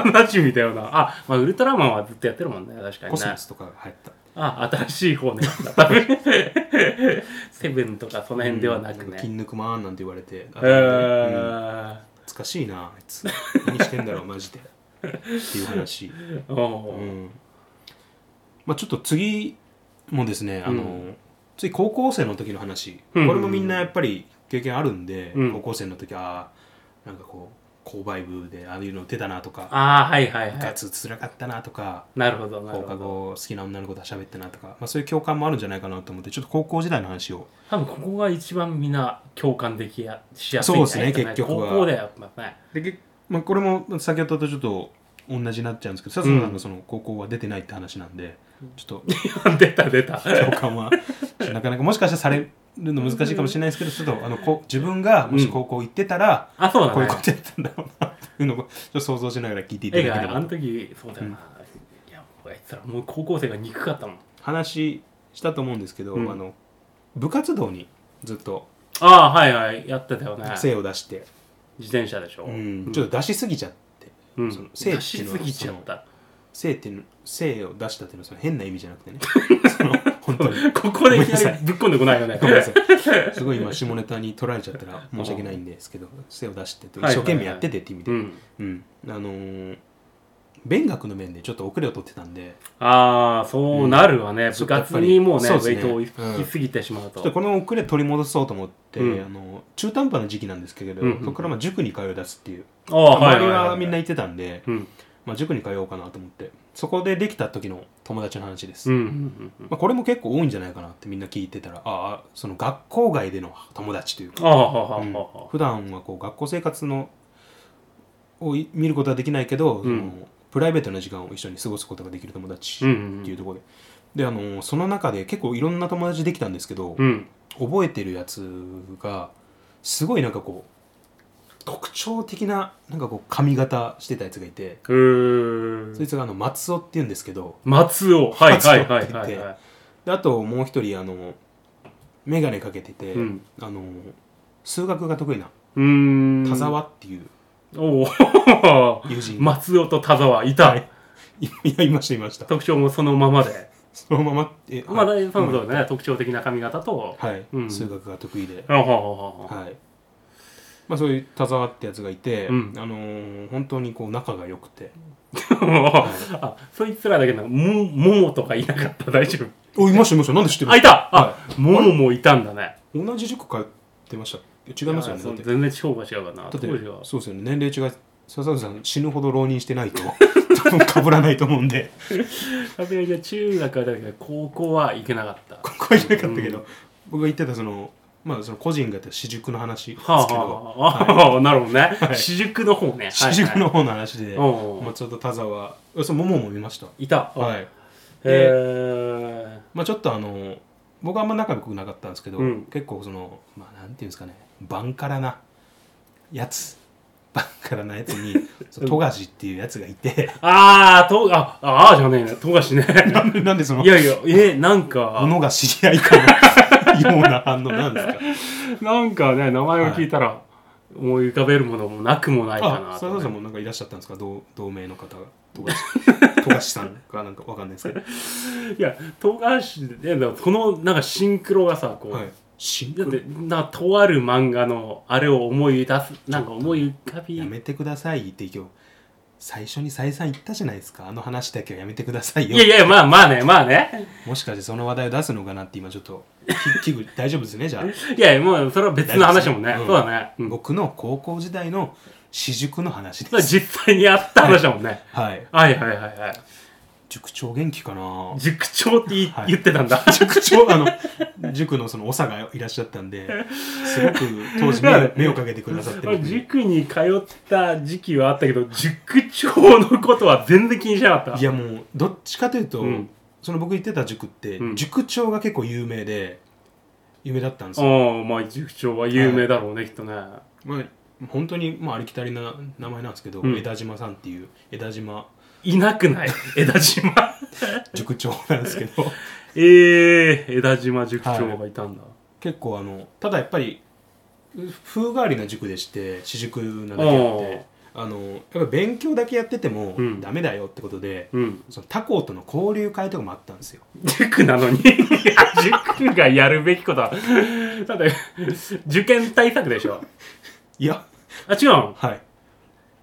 Speaker 2: 幼なじみだよなあまあウルトラマンはずっとやってるもんね確か
Speaker 1: コ
Speaker 2: に
Speaker 1: スモ
Speaker 2: ね
Speaker 1: スとかが流行ってた
Speaker 2: あ新しい方ね多分 (laughs) セブンとかその辺ではなく
Speaker 1: うんか
Speaker 2: ね、
Speaker 1: 筋肉マン」なんて言われて、う
Speaker 2: え
Speaker 1: ん
Speaker 2: ー
Speaker 1: 懐かしいなあいつ何してんだろうマジでっていう話
Speaker 2: お
Speaker 1: う
Speaker 2: (laughs) うん
Speaker 1: まあちょっと次もですねあの、
Speaker 2: うん
Speaker 1: 次高校生の時の話、
Speaker 2: うん
Speaker 1: これもみんなやっぱり経験あるんで、
Speaker 2: うん
Speaker 1: 高校生の時ああなんかこう購買部でああいうの出たなとか
Speaker 2: ああはいはいは
Speaker 1: ガ
Speaker 2: い
Speaker 1: ツつらかったなとか
Speaker 2: なるほどなる
Speaker 1: 放課
Speaker 2: ほど
Speaker 1: 後好きな女の子と喋ってなとか、まあ、そういう共感もあるんじゃないかなと思ってちょっと高校時代の話を
Speaker 2: 多分ここが一番みんな共感できやしやすいんじゃない
Speaker 1: そうですね結局は
Speaker 2: 高校だよやっぱね (laughs)
Speaker 1: で、けまあ、これも先ほどとちょっと同じになっちゃうんですけどさつまさんがその高校は出てないって話なんで、ちょっ
Speaker 2: 出た出た
Speaker 1: と共感
Speaker 2: (laughs)
Speaker 1: はなかなかもしかしたらされるの難しいかもしれないですけどちょっとあのこう自分がもし高校行ってたら、
Speaker 2: あそうだね
Speaker 1: こういうことやったんだろうなっていうのをちょっと想像しながら聞いていただ
Speaker 2: え
Speaker 1: けれ
Speaker 2: があ
Speaker 1: ば
Speaker 2: の
Speaker 1: と
Speaker 2: 時そうだよな、いやあいつらもう高校生が憎かったもん
Speaker 1: 話したと思うんですけど、
Speaker 2: うん
Speaker 1: あの部活動にずっと
Speaker 2: ああはいはいやってたよね
Speaker 1: 精を出して、
Speaker 2: 自転車でしょ、
Speaker 1: うんちょっと出しすぎちゃって
Speaker 2: うん
Speaker 1: その聖地の
Speaker 2: 出しすぎちゃった
Speaker 1: 性っていうの性を出したっていうのはその変な意味じゃなく
Speaker 2: (laughs)
Speaker 1: てねその本当に
Speaker 2: ここでいきなりぶっこんでこないよ (laughs) ね
Speaker 1: ごめんなさいすごい今下ネタに取られちゃったら申し訳ないんですけど性を出してと一
Speaker 2: はいはいはい
Speaker 1: 生懸命やっててっていう意味で、
Speaker 2: うん、
Speaker 1: うんあのー勉学の面でちょっと遅れを取ってたんで
Speaker 2: ああそうなるわね、
Speaker 1: ちょ
Speaker 2: 部
Speaker 1: っとやっぱり
Speaker 2: 活にもうね
Speaker 1: そう
Speaker 2: ウ
Speaker 1: ですね
Speaker 2: ェイトを引きすぎてしまう
Speaker 1: ちょ
Speaker 2: と
Speaker 1: っとこの遅れ取り戻そうと思って、
Speaker 2: うん
Speaker 1: あの中途半端な時期なんですけれど、
Speaker 2: うんうん
Speaker 1: そこからまあ塾に通い出すっていう、
Speaker 2: ああはい
Speaker 1: 周り
Speaker 2: はい
Speaker 1: は
Speaker 2: はい
Speaker 1: みんな行ってたんで、
Speaker 2: うん
Speaker 1: まあ、塾に通おうかなと思ってそこでできた時の友達の話です、
Speaker 2: うんうんうん
Speaker 1: まあ、これも結構多いんじゃないかなってみんな聞いてたらああその学校外での友達というか、
Speaker 2: ああはあはあ
Speaker 1: うん
Speaker 2: は
Speaker 1: 普段はこう学校生活のをい見ることはできないけど、
Speaker 2: ん
Speaker 1: そのプライベートな時間を一緒に過ごすことができる友達
Speaker 2: うんうんうん
Speaker 1: っていうところで。であのその中で結構いろんな友達できたんですけど、
Speaker 2: あうん
Speaker 1: 覚えてるやつがすごいなんかこう特徴的ななんかこう髪型してたやつがいて、
Speaker 2: うー
Speaker 1: そいつがあの松尾っていうんですけど、
Speaker 2: 松尾はいはいはい
Speaker 1: 松尾っ
Speaker 2: は
Speaker 1: て
Speaker 2: い
Speaker 1: 言っ
Speaker 2: は
Speaker 1: であともう一人あの眼鏡かけてて、
Speaker 2: うん
Speaker 1: あの数学が得意ない
Speaker 2: うん
Speaker 1: 田沢っていう
Speaker 2: おお
Speaker 1: (laughs) 友人が、
Speaker 2: 松尾と田沢いた、
Speaker 1: はいいやいましたいました
Speaker 2: 特徴もそのままで
Speaker 1: そのままえ
Speaker 2: まあ
Speaker 1: はい
Speaker 2: 大体そういうことだね、特徴的な髪型と、
Speaker 1: はい、
Speaker 2: うん
Speaker 1: 数学が得意で、
Speaker 2: あはははは
Speaker 1: はいまあ、そういう田沢ってやつがいて、
Speaker 2: うん
Speaker 1: あのー本当にこう仲が良くて
Speaker 2: あそいつらだけなのもももとかいなかった大丈夫
Speaker 1: おいましたいましたなんで知ってる
Speaker 2: あいたあ、もももいたんだね
Speaker 1: 同じ塾通ってましたえ違いますよ
Speaker 2: あ
Speaker 1: ねだ
Speaker 2: そ
Speaker 1: っ
Speaker 2: う
Speaker 1: てだ
Speaker 2: 全然地方が違うからな
Speaker 1: って
Speaker 2: 当時は
Speaker 1: そうですよね年齢違い笹口さん死ぬほど浪人してないと多分かぶらないと思うんで (laughs)
Speaker 2: さすがに中学はだけど高校は行けなかった
Speaker 1: ここは行けなかったけど、僕が言ってたそのまあその個人がやってる私塾の話ですけど、
Speaker 2: はあ、はあ、
Speaker 1: はい
Speaker 2: はあ、なるほどね。
Speaker 1: はい
Speaker 2: 私塾の方ね。
Speaker 1: 私塾の
Speaker 2: 方。
Speaker 1: 方の話で、
Speaker 2: おうおう
Speaker 1: まあ、ちょっと田沢えその桃も見ました
Speaker 2: いた。。
Speaker 1: はいい
Speaker 2: えー
Speaker 1: まあちょっとあの僕はあんま仲良くなかったんですけど、
Speaker 2: うん
Speaker 1: 結構そのまあなんていうんですかねバンカラなやつ (laughs) バンカラなやつにその富樫っていうやつがい
Speaker 2: (laughs)
Speaker 1: て
Speaker 2: あー、と、あ、あーじゃねえね。富
Speaker 1: (laughs)
Speaker 2: 樫ね。
Speaker 1: なんでなんでその
Speaker 2: いやいや、えー、なん
Speaker 1: も
Speaker 2: か、
Speaker 1: のが知り合いかのような反応なん
Speaker 2: (laughs)
Speaker 1: ですか
Speaker 2: なんかね、名前を聞いたら、思い浮かべるものもなくもないか
Speaker 1: あ
Speaker 2: な
Speaker 1: 佐藤
Speaker 2: と
Speaker 1: さん
Speaker 2: ね、
Speaker 1: もなんかいらっしゃったんですか同同盟の方が富樫
Speaker 2: (laughs)
Speaker 1: 富樫さんかなんかわかんないですけど、
Speaker 2: いや、富樫で、でもこの、なんかシンクロがさ、こう、
Speaker 1: はい、シン
Speaker 2: だっ
Speaker 1: ク
Speaker 2: てなとある漫画のあれを思い出すなんか思い浮かび
Speaker 1: やめてくださいって今日最初に再三言ったじゃないですかあの話だけはやめてくださいよ
Speaker 2: いやいやまあまあねまあね
Speaker 1: もしかしてその話題を出すのかなって今ちょっとき (laughs) 危惧大丈夫ですねじゃあ
Speaker 2: いやいやもうそれは別の話もね、
Speaker 1: うん
Speaker 2: そうだね、うん
Speaker 1: 僕の高校時代の私塾の話
Speaker 2: それ
Speaker 1: で
Speaker 2: は
Speaker 1: す
Speaker 2: 実際にあった話だもんね、
Speaker 1: はい
Speaker 2: はい、はいはいはいはい
Speaker 1: 塾長元気かな
Speaker 2: 塾長ってい、
Speaker 1: はい
Speaker 2: 言ってた (laughs) んだ
Speaker 1: 塾長あの塾のその長がいらっしゃったんですごく当時
Speaker 2: だから
Speaker 1: 目目をかけてくださって
Speaker 2: まあ
Speaker 1: 僕に
Speaker 2: 塾に通った時期はあったけど塾長のことは全然気にしなかった
Speaker 1: いやもうどっちかというと、
Speaker 2: うん
Speaker 1: その僕行ってた塾って、
Speaker 2: うん
Speaker 1: 塾長が結構有名で有名だったんですよ、
Speaker 2: うんまあ塾長は有名だろうね、きっとね
Speaker 1: まあ、本当に、まあ、ありきたりな名前なんですけど、
Speaker 2: うん
Speaker 1: 枝島さんっていう枝島
Speaker 2: いなくない枝 (laughs) 島
Speaker 1: 塾長なんですけど
Speaker 2: えー、枝島塾長がいたんだ、
Speaker 1: 結構あのただやっぱり風変わりな塾でして私塾なだけあっ
Speaker 2: おー
Speaker 1: てあのやっぱり勉強だけやってても
Speaker 2: うん
Speaker 1: ダメだよってことで、
Speaker 2: うん
Speaker 1: その他校との交流会とかもあったんですよ
Speaker 2: 塾な (laughs) のにいや塾がやるべきことはだって受験対策でしょ
Speaker 1: いや
Speaker 2: あ違うの
Speaker 1: はい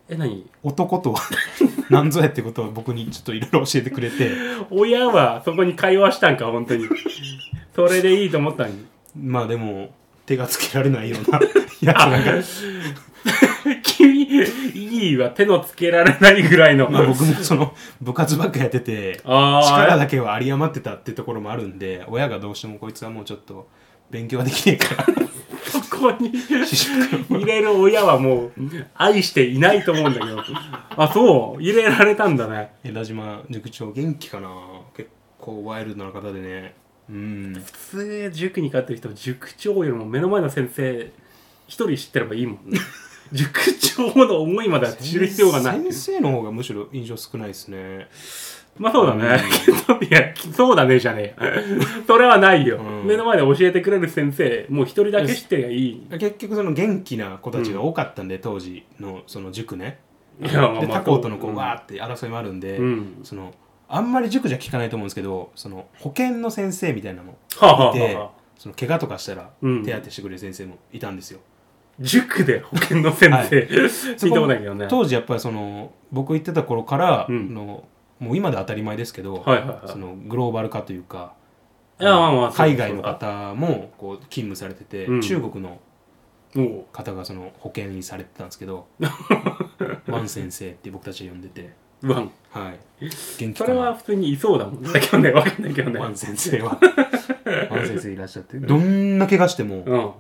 Speaker 2: え何
Speaker 1: 男とは (laughs) 何ぞやってことを僕にちょっといろいろ教えてくれて
Speaker 2: 親はそこに会話したんか本
Speaker 1: (laughs)
Speaker 2: 当にそれでいいと思ったのに (laughs)
Speaker 1: まあでも手がつけられないようなやつなんか
Speaker 2: 君いいわ手のつけられないぐらいの、
Speaker 1: まあ僕もその部活ばっかやってて力
Speaker 2: ああ
Speaker 1: だけは有り余ってたってところもあるんで親がどうしてもこいつはもうちょっと勉強はできねえから
Speaker 2: (laughs) そこに
Speaker 1: 私塾の
Speaker 2: 入れる親はもう愛していないと思うんだけ
Speaker 1: (laughs)
Speaker 2: どあそう入れられたんだね
Speaker 1: 枝島塾長元気かな結構ワイルドな方でねうん
Speaker 2: 普通塾に通ってる人塾長よりも目の前の先生一人知ってればいいもん
Speaker 1: (laughs)
Speaker 2: ね塾長の思いまでは知る必要がない
Speaker 1: 先生の方がむしろ印象少ないですね
Speaker 2: まあそうだね (laughs) いやそうだねじゃねえ (laughs) よそれはないよ、
Speaker 1: うん
Speaker 2: 目の前で教えてくれる先生もう一人だけ知ってりゃいい
Speaker 1: 結局その元気な子たちが多かったんで、当時のその塾ね
Speaker 2: いやまあ
Speaker 1: で
Speaker 2: まあ
Speaker 1: 他校とのこ
Speaker 2: う
Speaker 1: うんわーって争いもあるんで、
Speaker 2: うん
Speaker 1: そのあんまり塾じゃ聞かないと思うんですけどその保健の先生みたいなの
Speaker 2: はあはあ
Speaker 1: で、
Speaker 2: はあ
Speaker 1: その怪我とかしたら
Speaker 2: うん
Speaker 1: 手当てしてくれる先生もいたんですよ、
Speaker 2: 塾で保険の先生、
Speaker 1: はい
Speaker 2: 聞いたことないけどね
Speaker 1: 当時やっぱりその僕行ってた頃から
Speaker 2: うん
Speaker 1: の、もう今で当たり前ですけど、
Speaker 2: はいはいはい
Speaker 1: そのグローバル化というか
Speaker 2: いやまあまあそう
Speaker 1: 海外の方もこう勤務されてて、
Speaker 2: うん
Speaker 1: 中国の
Speaker 2: も
Speaker 1: 方がその保険にされてたんですけ
Speaker 2: (laughs)
Speaker 1: どワン先生って僕たちは呼んでて、
Speaker 2: うワン
Speaker 1: はい、元気
Speaker 2: そ
Speaker 1: か
Speaker 2: れ
Speaker 1: な
Speaker 2: は普通にい (laughs) そうだもんねだけどねわかんないけどね
Speaker 1: ワン先生
Speaker 2: (laughs)
Speaker 1: はワン先生いらっしゃってどんな怪我しても
Speaker 2: うん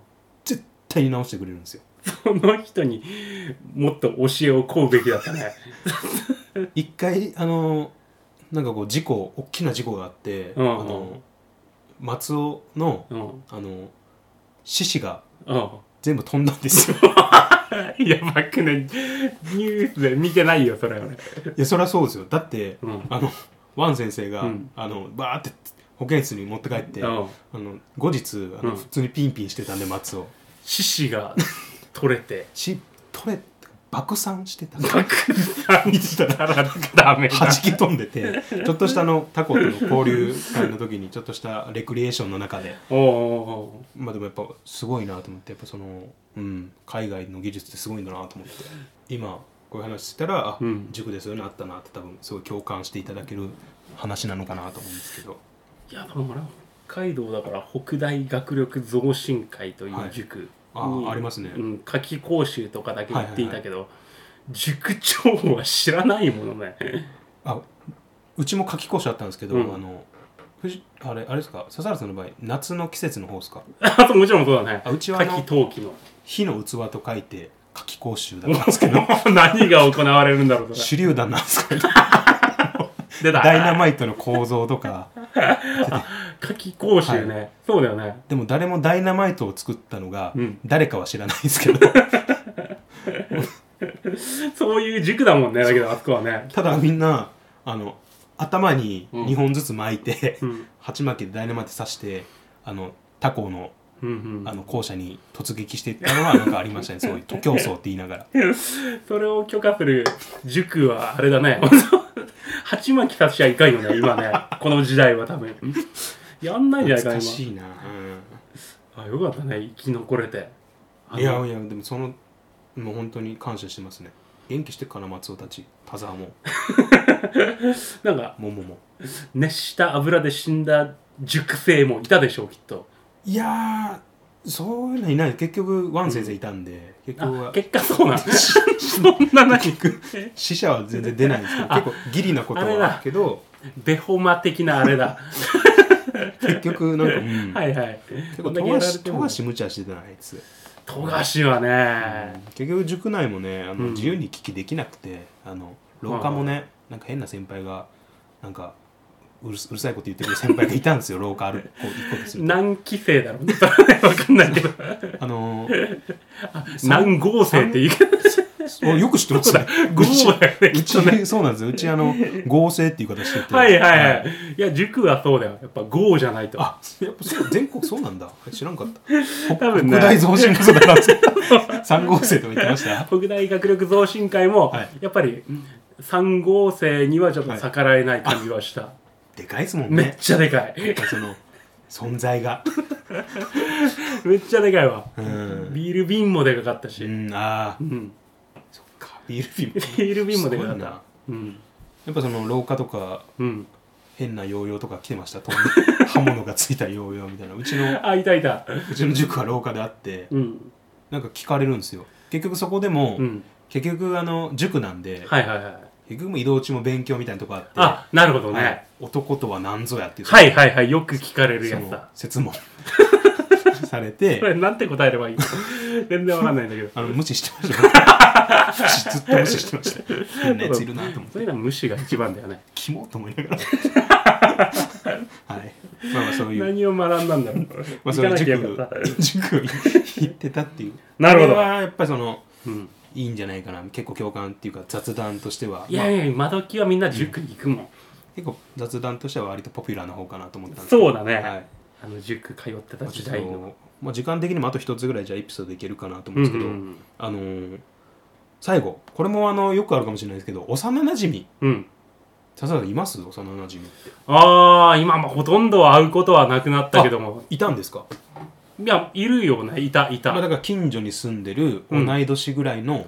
Speaker 1: 絶対に治してくれるんですよ
Speaker 2: その人にもっと教えを請うべきだったね。
Speaker 1: 一回あのなんかこう事故大きな事故があって、
Speaker 2: うんうん
Speaker 1: あの松尾の
Speaker 2: うん。
Speaker 1: あの獅子が
Speaker 2: うん。 (laughs)
Speaker 1: 全部飛んだんですよ
Speaker 2: やばくね。ニュースで見てないよ、それはね。
Speaker 1: いやそりゃそうですよだって、
Speaker 2: うん
Speaker 1: あのワン先生が、
Speaker 2: うん
Speaker 1: あのバーって保健室に持って帰って、
Speaker 2: うん
Speaker 1: あの後日あの、
Speaker 2: うん
Speaker 1: 普通にピンピンしてたんで松尾。
Speaker 2: 獅子が取れて
Speaker 1: し取れ爆散してた
Speaker 2: 爆弾にしたらダメだ
Speaker 1: 弾。き飛んで
Speaker 2: (laughs)
Speaker 1: てちょっとしたあのタコとの交流会の時にちょっとしたレクリエーションの中で
Speaker 2: おうお
Speaker 1: まあでもやっぱすごいなと思ってやっぱその、うん、海外の技術ってすごいんだなと思って今こういう話したらあ、
Speaker 2: うん
Speaker 1: 塾でそういうのあったなって多分すごい共感していただける話なのかなと思うんですけど
Speaker 2: うおう。いや、でも俺は北海道だから北大学力増進会という塾に、
Speaker 1: はいあありますね
Speaker 2: うん、夏季講習とかだけ行っていたけど、塾長は知らないものね。 (laughs)
Speaker 1: あうちも夏季講習あったんですけど、
Speaker 2: うん
Speaker 1: あの藤あれあれですか笹原さんの場合夏の季節の方ですか
Speaker 2: あともちろんそうだね
Speaker 1: あうちはあ
Speaker 2: 夏
Speaker 1: の
Speaker 2: 季陶器の
Speaker 1: 火の器と書いて夏季講習だったんですけど
Speaker 2: (laughs) 何が行われるんだろうとか
Speaker 1: 手榴弾なんですけど
Speaker 2: 出た
Speaker 1: ダイナマイトの構造とか
Speaker 2: 夏季講習ね、そうだよね
Speaker 1: でも誰もダイナマイトを作ったのが
Speaker 2: うん
Speaker 1: 誰かは知らないですけ
Speaker 2: (laughs)
Speaker 1: ど
Speaker 2: そういう塾だもんねだけどあそこはね
Speaker 1: ただみんなあの頭に2本ずつ巻いて、
Speaker 2: うん
Speaker 1: 鉢巻きでダイナマイト刺してあの他校の
Speaker 2: うんうん
Speaker 1: あの校舎に突撃していったのはなんかありましたねそういう徒競走って言いながら
Speaker 2: それを許可する塾はあれだね (laughs) 鉢巻きさしちゃいかんよね今ねこの時代は多分やんないんじゃないか
Speaker 1: 懐か
Speaker 2: な今
Speaker 1: しいな、
Speaker 2: あよかったね生き残れて
Speaker 1: う
Speaker 2: あの
Speaker 1: ん、いやいやでもそのもう本当に感謝してますね元気してっかな松尾たち田沢も
Speaker 2: なんか
Speaker 1: 桃も
Speaker 2: 熱した油で死んだ塾生もいたでしょうきっと
Speaker 1: いやーそういうのいない結局ワン先生いたんで、結局
Speaker 2: あ
Speaker 1: は
Speaker 2: 結果そ
Speaker 1: (laughs)
Speaker 2: うなんそんな何
Speaker 1: 死者は全然出ないんですけど
Speaker 2: あ
Speaker 1: 結構ギリなこと
Speaker 2: あれ
Speaker 1: は
Speaker 2: だ
Speaker 1: あるけど
Speaker 2: ベホマ的なあれだ
Speaker 1: 結局なんか、うん (laughs)
Speaker 2: はいはい
Speaker 1: 結構
Speaker 2: こんだ
Speaker 1: 富
Speaker 2: けやられ
Speaker 1: 樫
Speaker 2: て
Speaker 1: 富
Speaker 2: も
Speaker 1: 樫無茶してたなあいつ、
Speaker 2: 富樫はね
Speaker 1: 結局塾内もねあの、
Speaker 2: うん
Speaker 1: 自由に聞きできなくてあの廊下もね、なんか変な先輩がなんかうるすうるさいこと言ってくる先輩がいたんですよ廊下歩こう一個とすると
Speaker 2: 何期生だろうねわかんない
Speaker 1: (laughs)
Speaker 2: けど
Speaker 1: あのー
Speaker 2: 何号生って言うけど (laughs)
Speaker 1: およく知ってますね
Speaker 2: 合だよ
Speaker 1: う
Speaker 2: ね
Speaker 1: ち、うちそうなんですよ
Speaker 2: (laughs)
Speaker 1: うちあの合成っていう形してて
Speaker 2: はいはいはい、い、や塾はそうだよやっぱ豪じゃないと
Speaker 1: あやっぱそう全国そうなんだ知らんか
Speaker 2: (laughs)
Speaker 1: った
Speaker 2: 多分ね
Speaker 1: 北大増進こそだなって3号生とか言って (laughs) ました
Speaker 2: 北大学力増進会も、
Speaker 1: はい
Speaker 2: やっぱり3号生にはちょっと逆らえない感じはした、
Speaker 1: でかいですもん
Speaker 2: めっ
Speaker 1: ね
Speaker 2: ちゃでかい
Speaker 1: やっぱその存在が
Speaker 2: (laughs) めっちゃでかいわ、
Speaker 1: うん、
Speaker 2: ビール瓶もでかかったし、
Speaker 1: う
Speaker 2: うん
Speaker 1: ん、ああビール瓶も
Speaker 2: ビール瓶もでかか
Speaker 1: すごい
Speaker 2: った
Speaker 1: な
Speaker 2: うん
Speaker 1: やっぱその廊下とか
Speaker 2: うん
Speaker 1: 変なヨーヨーとか来てました飛んで刃物がついたヨーヨーみたいなうちの
Speaker 2: あいたいた
Speaker 1: うちの塾は廊下であって
Speaker 2: うん
Speaker 1: なんか聞かれるんですよ結局そこでも、
Speaker 2: うん
Speaker 1: 結局あの塾なんで、
Speaker 2: はいはいはい
Speaker 1: 結局もう移動中も勉強みたいなとこあって
Speaker 2: あなるほどね、
Speaker 1: はい男とは何ぞやっていう
Speaker 2: はいはいはいよく聞かれる
Speaker 1: そ
Speaker 2: やつ
Speaker 1: の
Speaker 2: だ
Speaker 1: 説
Speaker 2: (laughs)
Speaker 1: 問され
Speaker 2: こ
Speaker 1: て
Speaker 2: れなんて答えればいいの (laughs) 全然わかんないんだけど
Speaker 1: あの無視してま
Speaker 2: (laughs)
Speaker 1: した、ずっと無視してました変なやついるなと思って
Speaker 2: そういうのは無視が一番だよね
Speaker 1: キモと思いながらはいまあまあそういう
Speaker 2: 何を学んだんだ
Speaker 1: ま
Speaker 2: ろう。
Speaker 1: あ、
Speaker 2: 行
Speaker 1: そう
Speaker 2: か
Speaker 1: いう
Speaker 2: なきゃ
Speaker 1: 塾
Speaker 2: よかった。
Speaker 1: 塾に行ってたっていう
Speaker 2: なるほど
Speaker 1: これはやっぱりその
Speaker 2: うん
Speaker 1: いいんじゃないかな結構共感っていうか雑談としてはい
Speaker 2: や
Speaker 1: まあ、
Speaker 2: いや、今時はみんな塾行くもん。
Speaker 1: 結構雑談としては割とポピュラーな方かなと思ったんですけど
Speaker 2: そうだね、
Speaker 1: はい
Speaker 2: あの塾通ってた
Speaker 1: まあ、
Speaker 2: 時
Speaker 1: ちょっ
Speaker 2: 代の。
Speaker 1: とまあ時間的にもあと一つぐらいじゃあエピソードいけるかなと思うんですけど、
Speaker 2: うんうん
Speaker 1: あのー最後これもあのよくあるかもしれないですけど幼なじみ
Speaker 2: うん。
Speaker 1: 笹田います幼なじみって
Speaker 2: ああ、今もほとんど会うことはなくなったけども。
Speaker 1: いたんですか
Speaker 2: いや、いるよね。いた、いた。
Speaker 1: まあ、だ
Speaker 2: はい
Speaker 1: から近所に住んでる
Speaker 2: う
Speaker 1: 同
Speaker 2: ん
Speaker 1: い年ぐらいの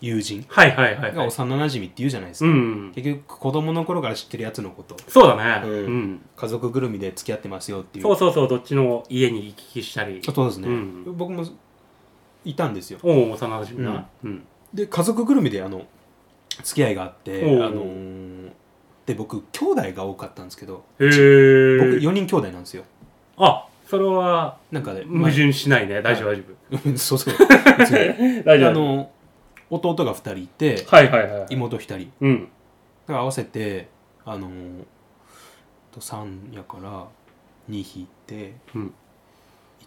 Speaker 1: 友人
Speaker 2: はいはい
Speaker 1: が
Speaker 2: はい。
Speaker 1: 幼なじみって言うじゃないです
Speaker 2: う
Speaker 1: か、
Speaker 2: ん。
Speaker 1: 結局子供の頃から知ってるやつのこと
Speaker 2: そうだね。
Speaker 1: う
Speaker 2: うんん。
Speaker 1: 家族ぐるみで付き合ってますよっていう
Speaker 2: そうそうそう、どっちの家に行き来したり。
Speaker 1: そうですね、
Speaker 2: うん
Speaker 1: 僕もいたんですよ
Speaker 2: おお、幼馴染みな。うん。
Speaker 1: で家族ぐるみであの付き合いがあって、
Speaker 2: おう
Speaker 1: あのーで僕兄弟が多かったんですけど
Speaker 2: へ
Speaker 1: 僕
Speaker 2: え。
Speaker 1: 4人兄弟なんですよ
Speaker 2: あ、それは
Speaker 1: なんかね
Speaker 2: 矛盾しないね。大丈夫、大
Speaker 1: (laughs)
Speaker 2: 丈
Speaker 1: そうそう
Speaker 2: 夫。 (laughs) 大
Speaker 1: あ
Speaker 2: 丈夫。
Speaker 1: の弟が2人いて
Speaker 2: はいはいはい。
Speaker 1: 妹1人だか
Speaker 2: うん。
Speaker 1: ら合わせてあのーと3やから2引いて
Speaker 2: うん。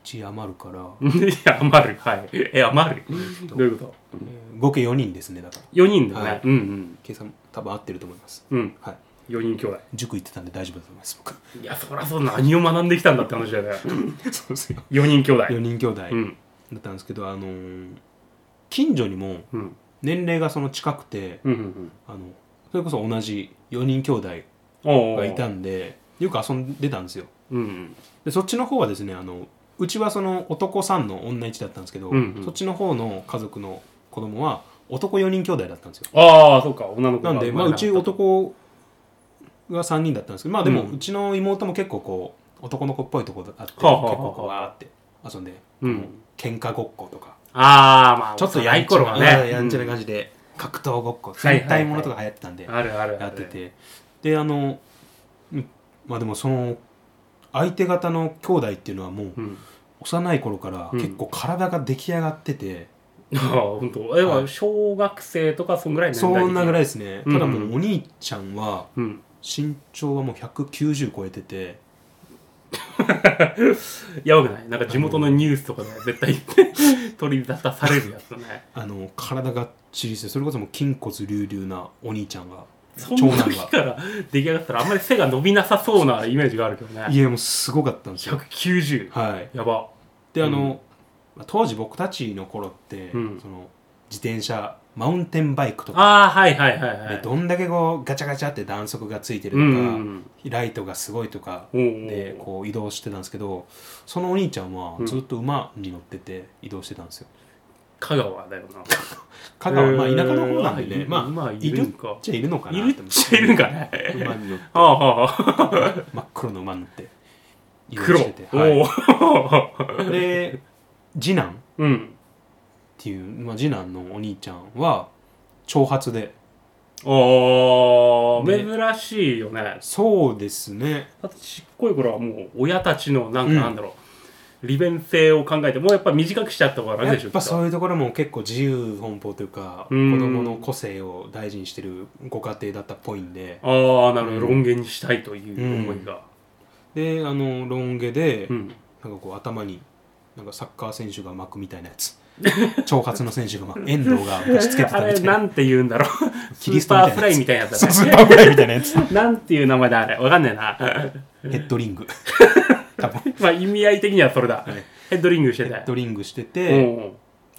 Speaker 1: 1余るから、
Speaker 2: (laughs) いや、余る。はい。え、余る。どういうこと
Speaker 1: えー合計4人ですねだから
Speaker 2: ?4 人だね。
Speaker 1: はい
Speaker 2: うんうん。
Speaker 1: 計算多分合ってると思います
Speaker 2: うん。
Speaker 1: はい
Speaker 2: 4人兄弟。
Speaker 1: 塾行ってたんで大丈夫だと思います僕 (laughs)
Speaker 2: いや、そらそう、何を学んできたんだって話だよね。
Speaker 1: そうですよ
Speaker 2: 4人兄弟。
Speaker 1: 4人兄弟、
Speaker 2: うん。
Speaker 1: だったんですけど、あのー近所にも
Speaker 2: うん。
Speaker 1: 年齢がその近くて、
Speaker 2: うん。うん。
Speaker 1: あのそれこそ同じ4人兄弟
Speaker 2: お
Speaker 1: がいた
Speaker 2: ん
Speaker 1: んでよく遊んでたんですよ
Speaker 2: うん。
Speaker 1: でそっちの方はですねあのうちはその男さんの女1だったんですけど、
Speaker 2: うんうん
Speaker 1: そっちの方の家族の子供は男4人兄弟だったんですよ
Speaker 2: ああ、そうか、女の子
Speaker 1: な
Speaker 2: が
Speaker 1: んで、
Speaker 2: 生
Speaker 1: まあ、
Speaker 2: れ
Speaker 1: う
Speaker 2: なかった
Speaker 1: ち。男が3人だったんですけどまあでも、
Speaker 2: う
Speaker 1: うんちの妹も結構こう男の子っぽいところがあって、
Speaker 2: はあはあはあ
Speaker 1: 結構こうわーって遊んで、
Speaker 2: うん
Speaker 1: あの喧嘩ごっことか
Speaker 2: ああ、まあ、
Speaker 1: ちょっと
Speaker 2: 幼
Speaker 1: や
Speaker 2: い
Speaker 1: んちゃ
Speaker 2: 頃
Speaker 1: な、
Speaker 2: はね。
Speaker 1: やんちゃな
Speaker 2: う
Speaker 1: 感じで、格闘ごっこ、
Speaker 2: はいはい
Speaker 1: 戦隊ものとか流行ってたんで、
Speaker 2: あるあるある。
Speaker 1: やってて、で、あの、うんまあでもその相手方の兄弟っていうのはもう
Speaker 2: うん、
Speaker 1: 幼い頃から
Speaker 2: うん
Speaker 1: 結構体が出来上がってて、
Speaker 2: ああ本当え、
Speaker 1: はい
Speaker 2: 小学生とかそんぐらい
Speaker 1: そんなぐらい
Speaker 2: い、
Speaker 1: ですね、
Speaker 2: うん
Speaker 1: ただもうお兄ちゃんは
Speaker 2: うん、
Speaker 1: 身長はもう190超えてて
Speaker 2: やばくないなんか地元のニュースとかで絶対 (laughs) 言って取り出されるやつだね
Speaker 1: あの体がちりしてそれこそもう筋骨隆々なお兄ちゃんが
Speaker 2: そ
Speaker 1: 長
Speaker 2: んな時
Speaker 1: 男
Speaker 2: から出来上がったらあんまり背が伸びなさそうなイメージがあるけど
Speaker 1: い
Speaker 2: ね
Speaker 1: やもうすごかったんですよ
Speaker 2: 190
Speaker 1: はい
Speaker 2: やば
Speaker 1: であの、まあ当時僕たちの頃って、
Speaker 2: うん
Speaker 1: その自転車マウンテンバイクとか
Speaker 2: ああはいはいはいはい
Speaker 1: でどんだけこうガチャガチャって弾速がついてると
Speaker 2: う
Speaker 1: か、
Speaker 2: んうん
Speaker 1: ライトがすごいとか
Speaker 2: うんおうおう
Speaker 1: でこう移動してたんですけどそのお兄ちゃんは
Speaker 2: うん
Speaker 1: ずっと馬に乗ってて移動してたんですよ
Speaker 2: 香川だよな
Speaker 1: 香川、まあ
Speaker 2: えー
Speaker 1: 田舎の方なんでね
Speaker 2: あ
Speaker 1: まあ
Speaker 2: まあ
Speaker 1: い
Speaker 2: い
Speaker 1: る
Speaker 2: る
Speaker 1: っ
Speaker 2: か
Speaker 1: ちゃいるのかない
Speaker 2: るっちゃいるんかね
Speaker 1: 馬に乗って
Speaker 2: ああはあ
Speaker 1: 真っ黒の馬に乗って移動
Speaker 2: 黒
Speaker 1: してて、は
Speaker 2: おお
Speaker 1: い、で次男っ
Speaker 2: (laughs) うん
Speaker 1: ていう、まあ、次男のお兄ちゃんは長髪で
Speaker 2: あ
Speaker 1: ね
Speaker 2: あ珍しいよね
Speaker 1: そうですね
Speaker 2: だってちっこい頃はもう親たちのなんかなんだろう利便性を考えてもうやっぱ短くしちゃった方が
Speaker 1: や
Speaker 2: 楽
Speaker 1: っ
Speaker 2: でしょ
Speaker 1: ぱそう
Speaker 2: う
Speaker 1: いうところも結構自由奔放というか子
Speaker 2: うん
Speaker 1: 供の個性を大事にしてるご家庭だったっぽいんで
Speaker 2: ああなるほど
Speaker 1: うん
Speaker 2: 論言にしたいという思いが
Speaker 1: であのロン毛で、
Speaker 2: うん
Speaker 1: なんかこう頭になんかサッカー選手が巻くみたいなやつ長髪の選手が巻く遠藤が昔つけて
Speaker 2: (laughs) あ
Speaker 1: たみ
Speaker 2: れ
Speaker 1: たいな
Speaker 2: なんて言うんだろう
Speaker 1: キ
Speaker 2: ス
Speaker 1: リス
Speaker 2: ー
Speaker 1: ト
Speaker 2: パ
Speaker 1: み
Speaker 2: ーフラ
Speaker 1: たいなやつ
Speaker 2: イみたいなやつ
Speaker 1: そう
Speaker 2: だ
Speaker 1: スー
Speaker 2: ね
Speaker 1: パーフライみたいな
Speaker 2: (laughs)
Speaker 1: やつヘ
Speaker 2: なんていう名前だあれわかんね
Speaker 1: (laughs)
Speaker 2: えな
Speaker 1: ッドリング多分ヘ
Speaker 2: まあ意味合い的にはそれだ
Speaker 1: はい
Speaker 2: ヘッドリングして
Speaker 1: ッ
Speaker 2: て
Speaker 1: ドリングして
Speaker 2: う
Speaker 1: て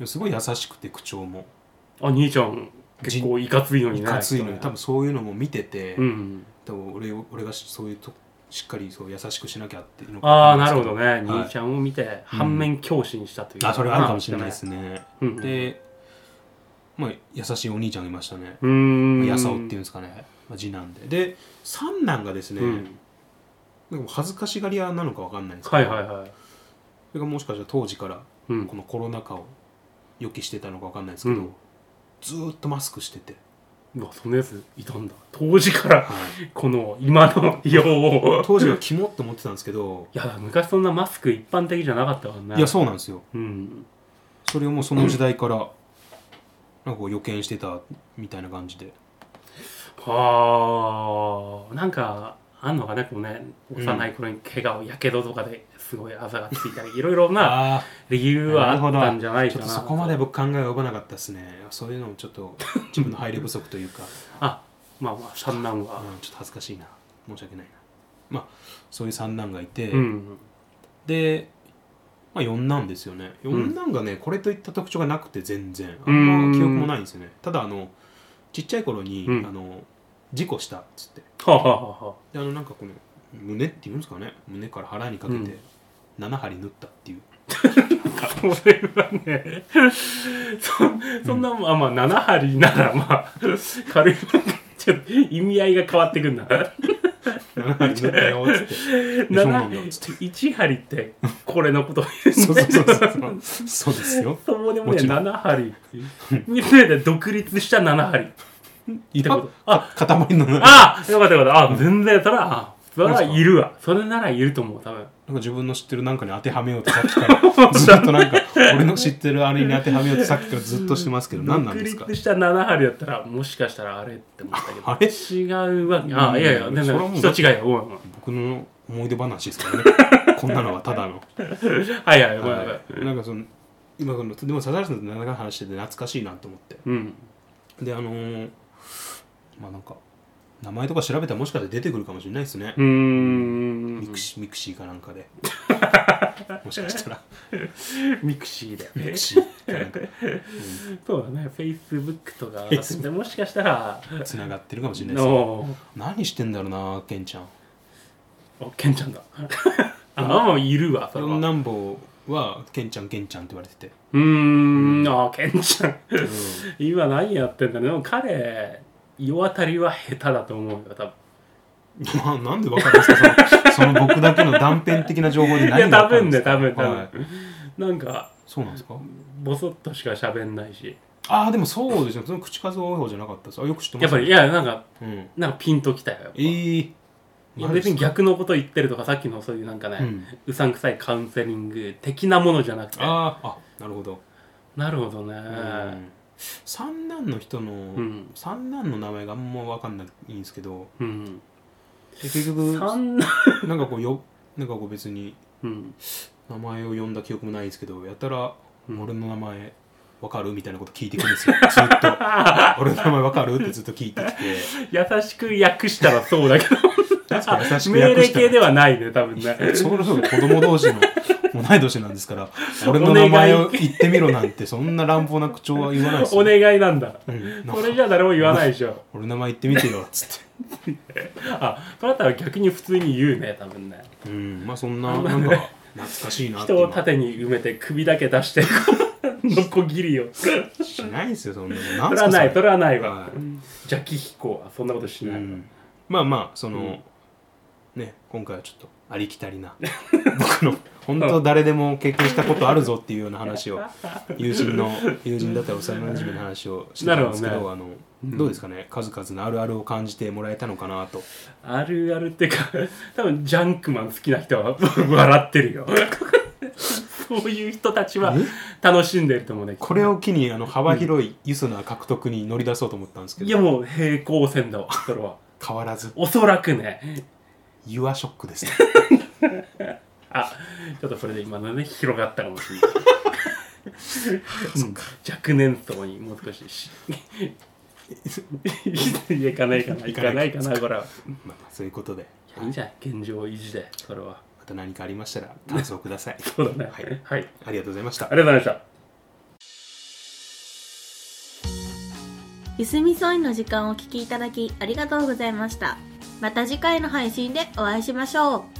Speaker 2: ん
Speaker 1: すごい優しくて口調も
Speaker 2: あ兄ちゃん結構いかついのに
Speaker 1: い
Speaker 2: ね
Speaker 1: かついのに多分そういうのも見てて、
Speaker 2: うん
Speaker 1: 多分俺を俺がそういうとしっかりそう優しくしなきゃっていうのか
Speaker 2: ああ
Speaker 1: わ
Speaker 2: な
Speaker 1: かん
Speaker 2: る
Speaker 1: い
Speaker 2: ほどね、
Speaker 1: はい
Speaker 2: 兄ちゃんを見て反面教師にしたという、
Speaker 1: あそれはあるかもしれないですね、
Speaker 2: うん
Speaker 1: で、まあ、優しいお兄ちゃんがいましたね、
Speaker 2: うーん
Speaker 1: やさおっていうんですかね、まあ、次男でで三男がですね、
Speaker 2: うん
Speaker 1: なんか恥ずかしがり屋なのかわかんないんですけ
Speaker 2: は
Speaker 1: ど、
Speaker 2: いはいはい
Speaker 1: それがもしかしたら当時から
Speaker 2: うん
Speaker 1: このコロナ禍を予期してたのかわかんないですけど、
Speaker 2: うん
Speaker 1: ずーっとマスクしてて、
Speaker 2: うわそんなやついたんだ当時から
Speaker 1: はい
Speaker 2: この今のよう
Speaker 1: 当時はキモって思ってたんですけど
Speaker 2: いや昔そんなマスク一般的じゃなかったからね
Speaker 1: いやそうなんですよ
Speaker 2: うん
Speaker 1: それをもうその時代からなんかこう予見してたみたいな感じで
Speaker 2: はあなんかあんのかねこうね幼い頃に怪我をやけどとかですごいあざがついたりいろいろな
Speaker 1: あ
Speaker 2: 理由はあったんじゃない
Speaker 1: ちょ
Speaker 2: か
Speaker 1: っ
Speaker 2: な
Speaker 1: とそこまで僕考えが及ばなかったですねそういうのもちょっと (laughs) 自分の配慮不足という
Speaker 2: (laughs)
Speaker 1: か
Speaker 2: あまあまあ三男は
Speaker 1: うん、ちょっと恥ずかしいな申し訳ないなまあそういう三男がいて、
Speaker 2: うん
Speaker 1: で、まあ、四男ですよね
Speaker 2: うん
Speaker 1: 四男がね、これといった特徴がなくて全然あ
Speaker 2: うん
Speaker 1: んま記憶もないんですよねただあのちっちゃい頃に、
Speaker 2: うん
Speaker 1: あの事故したっつって
Speaker 2: はあはあはあはあ
Speaker 1: であのなんかこの胸っていうんですかね胸から腹にかけ
Speaker 2: うん
Speaker 1: て7針縫ったっていう、
Speaker 2: これはね (laughs) そそんなもん、あまあ7針ならまあ軽いちょっと意味合いが変わってくんな
Speaker 1: 7針縫ったよっつってそうなんだ
Speaker 2: 1針ってこれのことを (laughs) 言
Speaker 1: そううそう
Speaker 2: ね
Speaker 1: そうそうそうですよ
Speaker 2: そうでも
Speaker 1: も
Speaker 2: (laughs) ね
Speaker 1: ちろん
Speaker 2: 7針店で独立した7針っ
Speaker 1: い
Speaker 2: て
Speaker 1: た
Speaker 2: ことあ
Speaker 1: 塊のなんか
Speaker 2: あよかったよかったあ全然それはあそれはいるわそれならいると思う多分
Speaker 1: 自分の知ってるなんかに当てはめようとさっき
Speaker 2: (laughs)
Speaker 1: からずっとなんか俺の知ってるあれに当てはめようとさっきからずっとしてますけど何なん
Speaker 2: 独
Speaker 1: ですか
Speaker 2: 立した7針だったらもしかしたらあれって思ったけど
Speaker 1: あれ
Speaker 2: 違うわけあいやいや
Speaker 1: うん
Speaker 2: 全
Speaker 1: それは
Speaker 2: 然
Speaker 1: もう
Speaker 2: 人違いよごめんごめん
Speaker 1: 僕の思い出話です
Speaker 2: (laughs)
Speaker 1: からねこんなのはただの、
Speaker 2: はいはい、ごめんごめん
Speaker 1: は。い、なんかその今このでも笹原さんと長い話してて懐かしいなと思って
Speaker 2: うん。
Speaker 1: であのーまあなんか名前とか調べたらもしかして出てくるかもしれないですね、
Speaker 2: うー
Speaker 1: ミ
Speaker 2: ん
Speaker 1: ク。シミクシーかなん
Speaker 2: (laughs)
Speaker 1: かでもしかしたら
Speaker 2: ミクシーだよ
Speaker 1: ミ
Speaker 2: ね
Speaker 1: ク。シーかなんか
Speaker 2: そうだね。フェイスブックとか
Speaker 1: Facebook
Speaker 2: でもしかしたら、
Speaker 1: つながってるかもしれないですよ
Speaker 2: の、
Speaker 1: 何してんだろうなケンちゃん
Speaker 2: おケンちゃん (laughs) だ。あ、まあ、いるわ、それは。う
Speaker 1: 南坊はケンちゃんケンちゃんって言われてて、
Speaker 2: ーん、あ、ケンちゃん。今何やってんだね。でも彼、世当たりは下手だと思うよ、多分。
Speaker 1: まあなんでわかるんですかその (laughs) その僕だけの断片的な情報で
Speaker 2: いや、
Speaker 1: 何が
Speaker 2: 多
Speaker 1: わかるん
Speaker 2: 分
Speaker 1: です
Speaker 2: ね、
Speaker 1: か
Speaker 2: 多分、多
Speaker 1: はい
Speaker 2: 分。なんか、
Speaker 1: そうなんですか
Speaker 2: ボソッとしか喋んないし。
Speaker 1: ああでもそうですよその口数多い方じゃなかったですあよく知ってます
Speaker 2: やっぱり、いや、なんか、
Speaker 1: うん
Speaker 2: なんかピンときたよ。やっぱ
Speaker 1: ええー、
Speaker 2: いや別に逆のこと言ってるとかさっきのそういうなんかね、う
Speaker 1: うん
Speaker 2: さんくさいカウンセリング的なものじゃなくて
Speaker 1: あーあなるほど、
Speaker 2: なるほどね、
Speaker 1: うん三男の人の、
Speaker 2: ん
Speaker 1: 三男の名前があんま分かんないんですけど
Speaker 2: うん、
Speaker 1: で結局
Speaker 2: 三男
Speaker 1: なんかこうよなんかこう別に
Speaker 2: うん、
Speaker 1: 名前を呼んだ記憶もないんですけどやたら
Speaker 2: うん
Speaker 1: 俺の名前わかるみたいなこと聞いてくるんですよ (laughs) ずっと俺の名前わかるってずっと聞いてきて
Speaker 2: 優しく訳したらそうだけど
Speaker 1: 確かに優しく
Speaker 2: 命
Speaker 1: 訳
Speaker 2: 令
Speaker 1: した
Speaker 2: 系
Speaker 1: ら
Speaker 2: ではないね多分
Speaker 1: (laughs)
Speaker 2: ね
Speaker 1: そろそろ子供同士の同い年なんです
Speaker 2: (laughs)
Speaker 1: から俺の名前を言ってみろなんてそんな乱暴な口調は言わないです
Speaker 2: お
Speaker 1: よ、
Speaker 2: 願いなんだ (laughs)
Speaker 1: うん、なん
Speaker 2: そ
Speaker 1: か
Speaker 2: れじゃ誰も言わないでしょ
Speaker 1: 俺の名前言ってみてよっつっ
Speaker 2: あそれだったら逆に普通に言うね多分ね
Speaker 1: てうんまあそんななんか懐かしいなって
Speaker 2: 人を
Speaker 1: 今
Speaker 2: 縦に埋めて首だけ出して (laughs) のこぎりをそ
Speaker 1: しないですよそんなのなん
Speaker 2: れ
Speaker 1: すか
Speaker 2: はないそ
Speaker 1: それ
Speaker 2: れはないわ
Speaker 1: はい
Speaker 2: 邪気飛行はそんなことし
Speaker 1: う
Speaker 2: ない、
Speaker 1: ん、まあまあその、ね今回はちょっとありきたりな (laughs) 僕の本当誰でも経験したことあるぞっていうような話を友人の友人だったら幼なじみの話をしてたんですけど
Speaker 2: なる
Speaker 1: あのどうですかね数々のあるあるを感じてもらえたのかなと
Speaker 2: あるあるっていうか多分ジャンクマン好きな人は (laughs) 笑ってるよそういう人たちは楽しんでると思うね
Speaker 1: これを機にあの幅広いユスナー獲得に乗り出そうと思ったんですけ
Speaker 2: い
Speaker 1: ど
Speaker 2: やもう平行線だわそれは
Speaker 1: 変わらず
Speaker 2: おそらくね
Speaker 1: 「ユアショック」です
Speaker 2: (laughs)
Speaker 1: ね
Speaker 2: あちょっとそれで今のね広がったかもしれないうん若年層にもう少しし (laughs) いかないかない
Speaker 1: い
Speaker 2: か
Speaker 1: か
Speaker 2: な
Speaker 1: ないい
Speaker 2: かなこれは
Speaker 1: まあそういうことで
Speaker 2: いいんじゃない現状維持でそれは
Speaker 1: また何かありましたら感想ください
Speaker 2: そうだね
Speaker 1: はい、
Speaker 2: はい、
Speaker 1: ありがとうございました
Speaker 2: ありがとうございました
Speaker 3: ゆすみそいの時間をお聞きいただきありがとうございましたまた次回の配信でお会いしましょう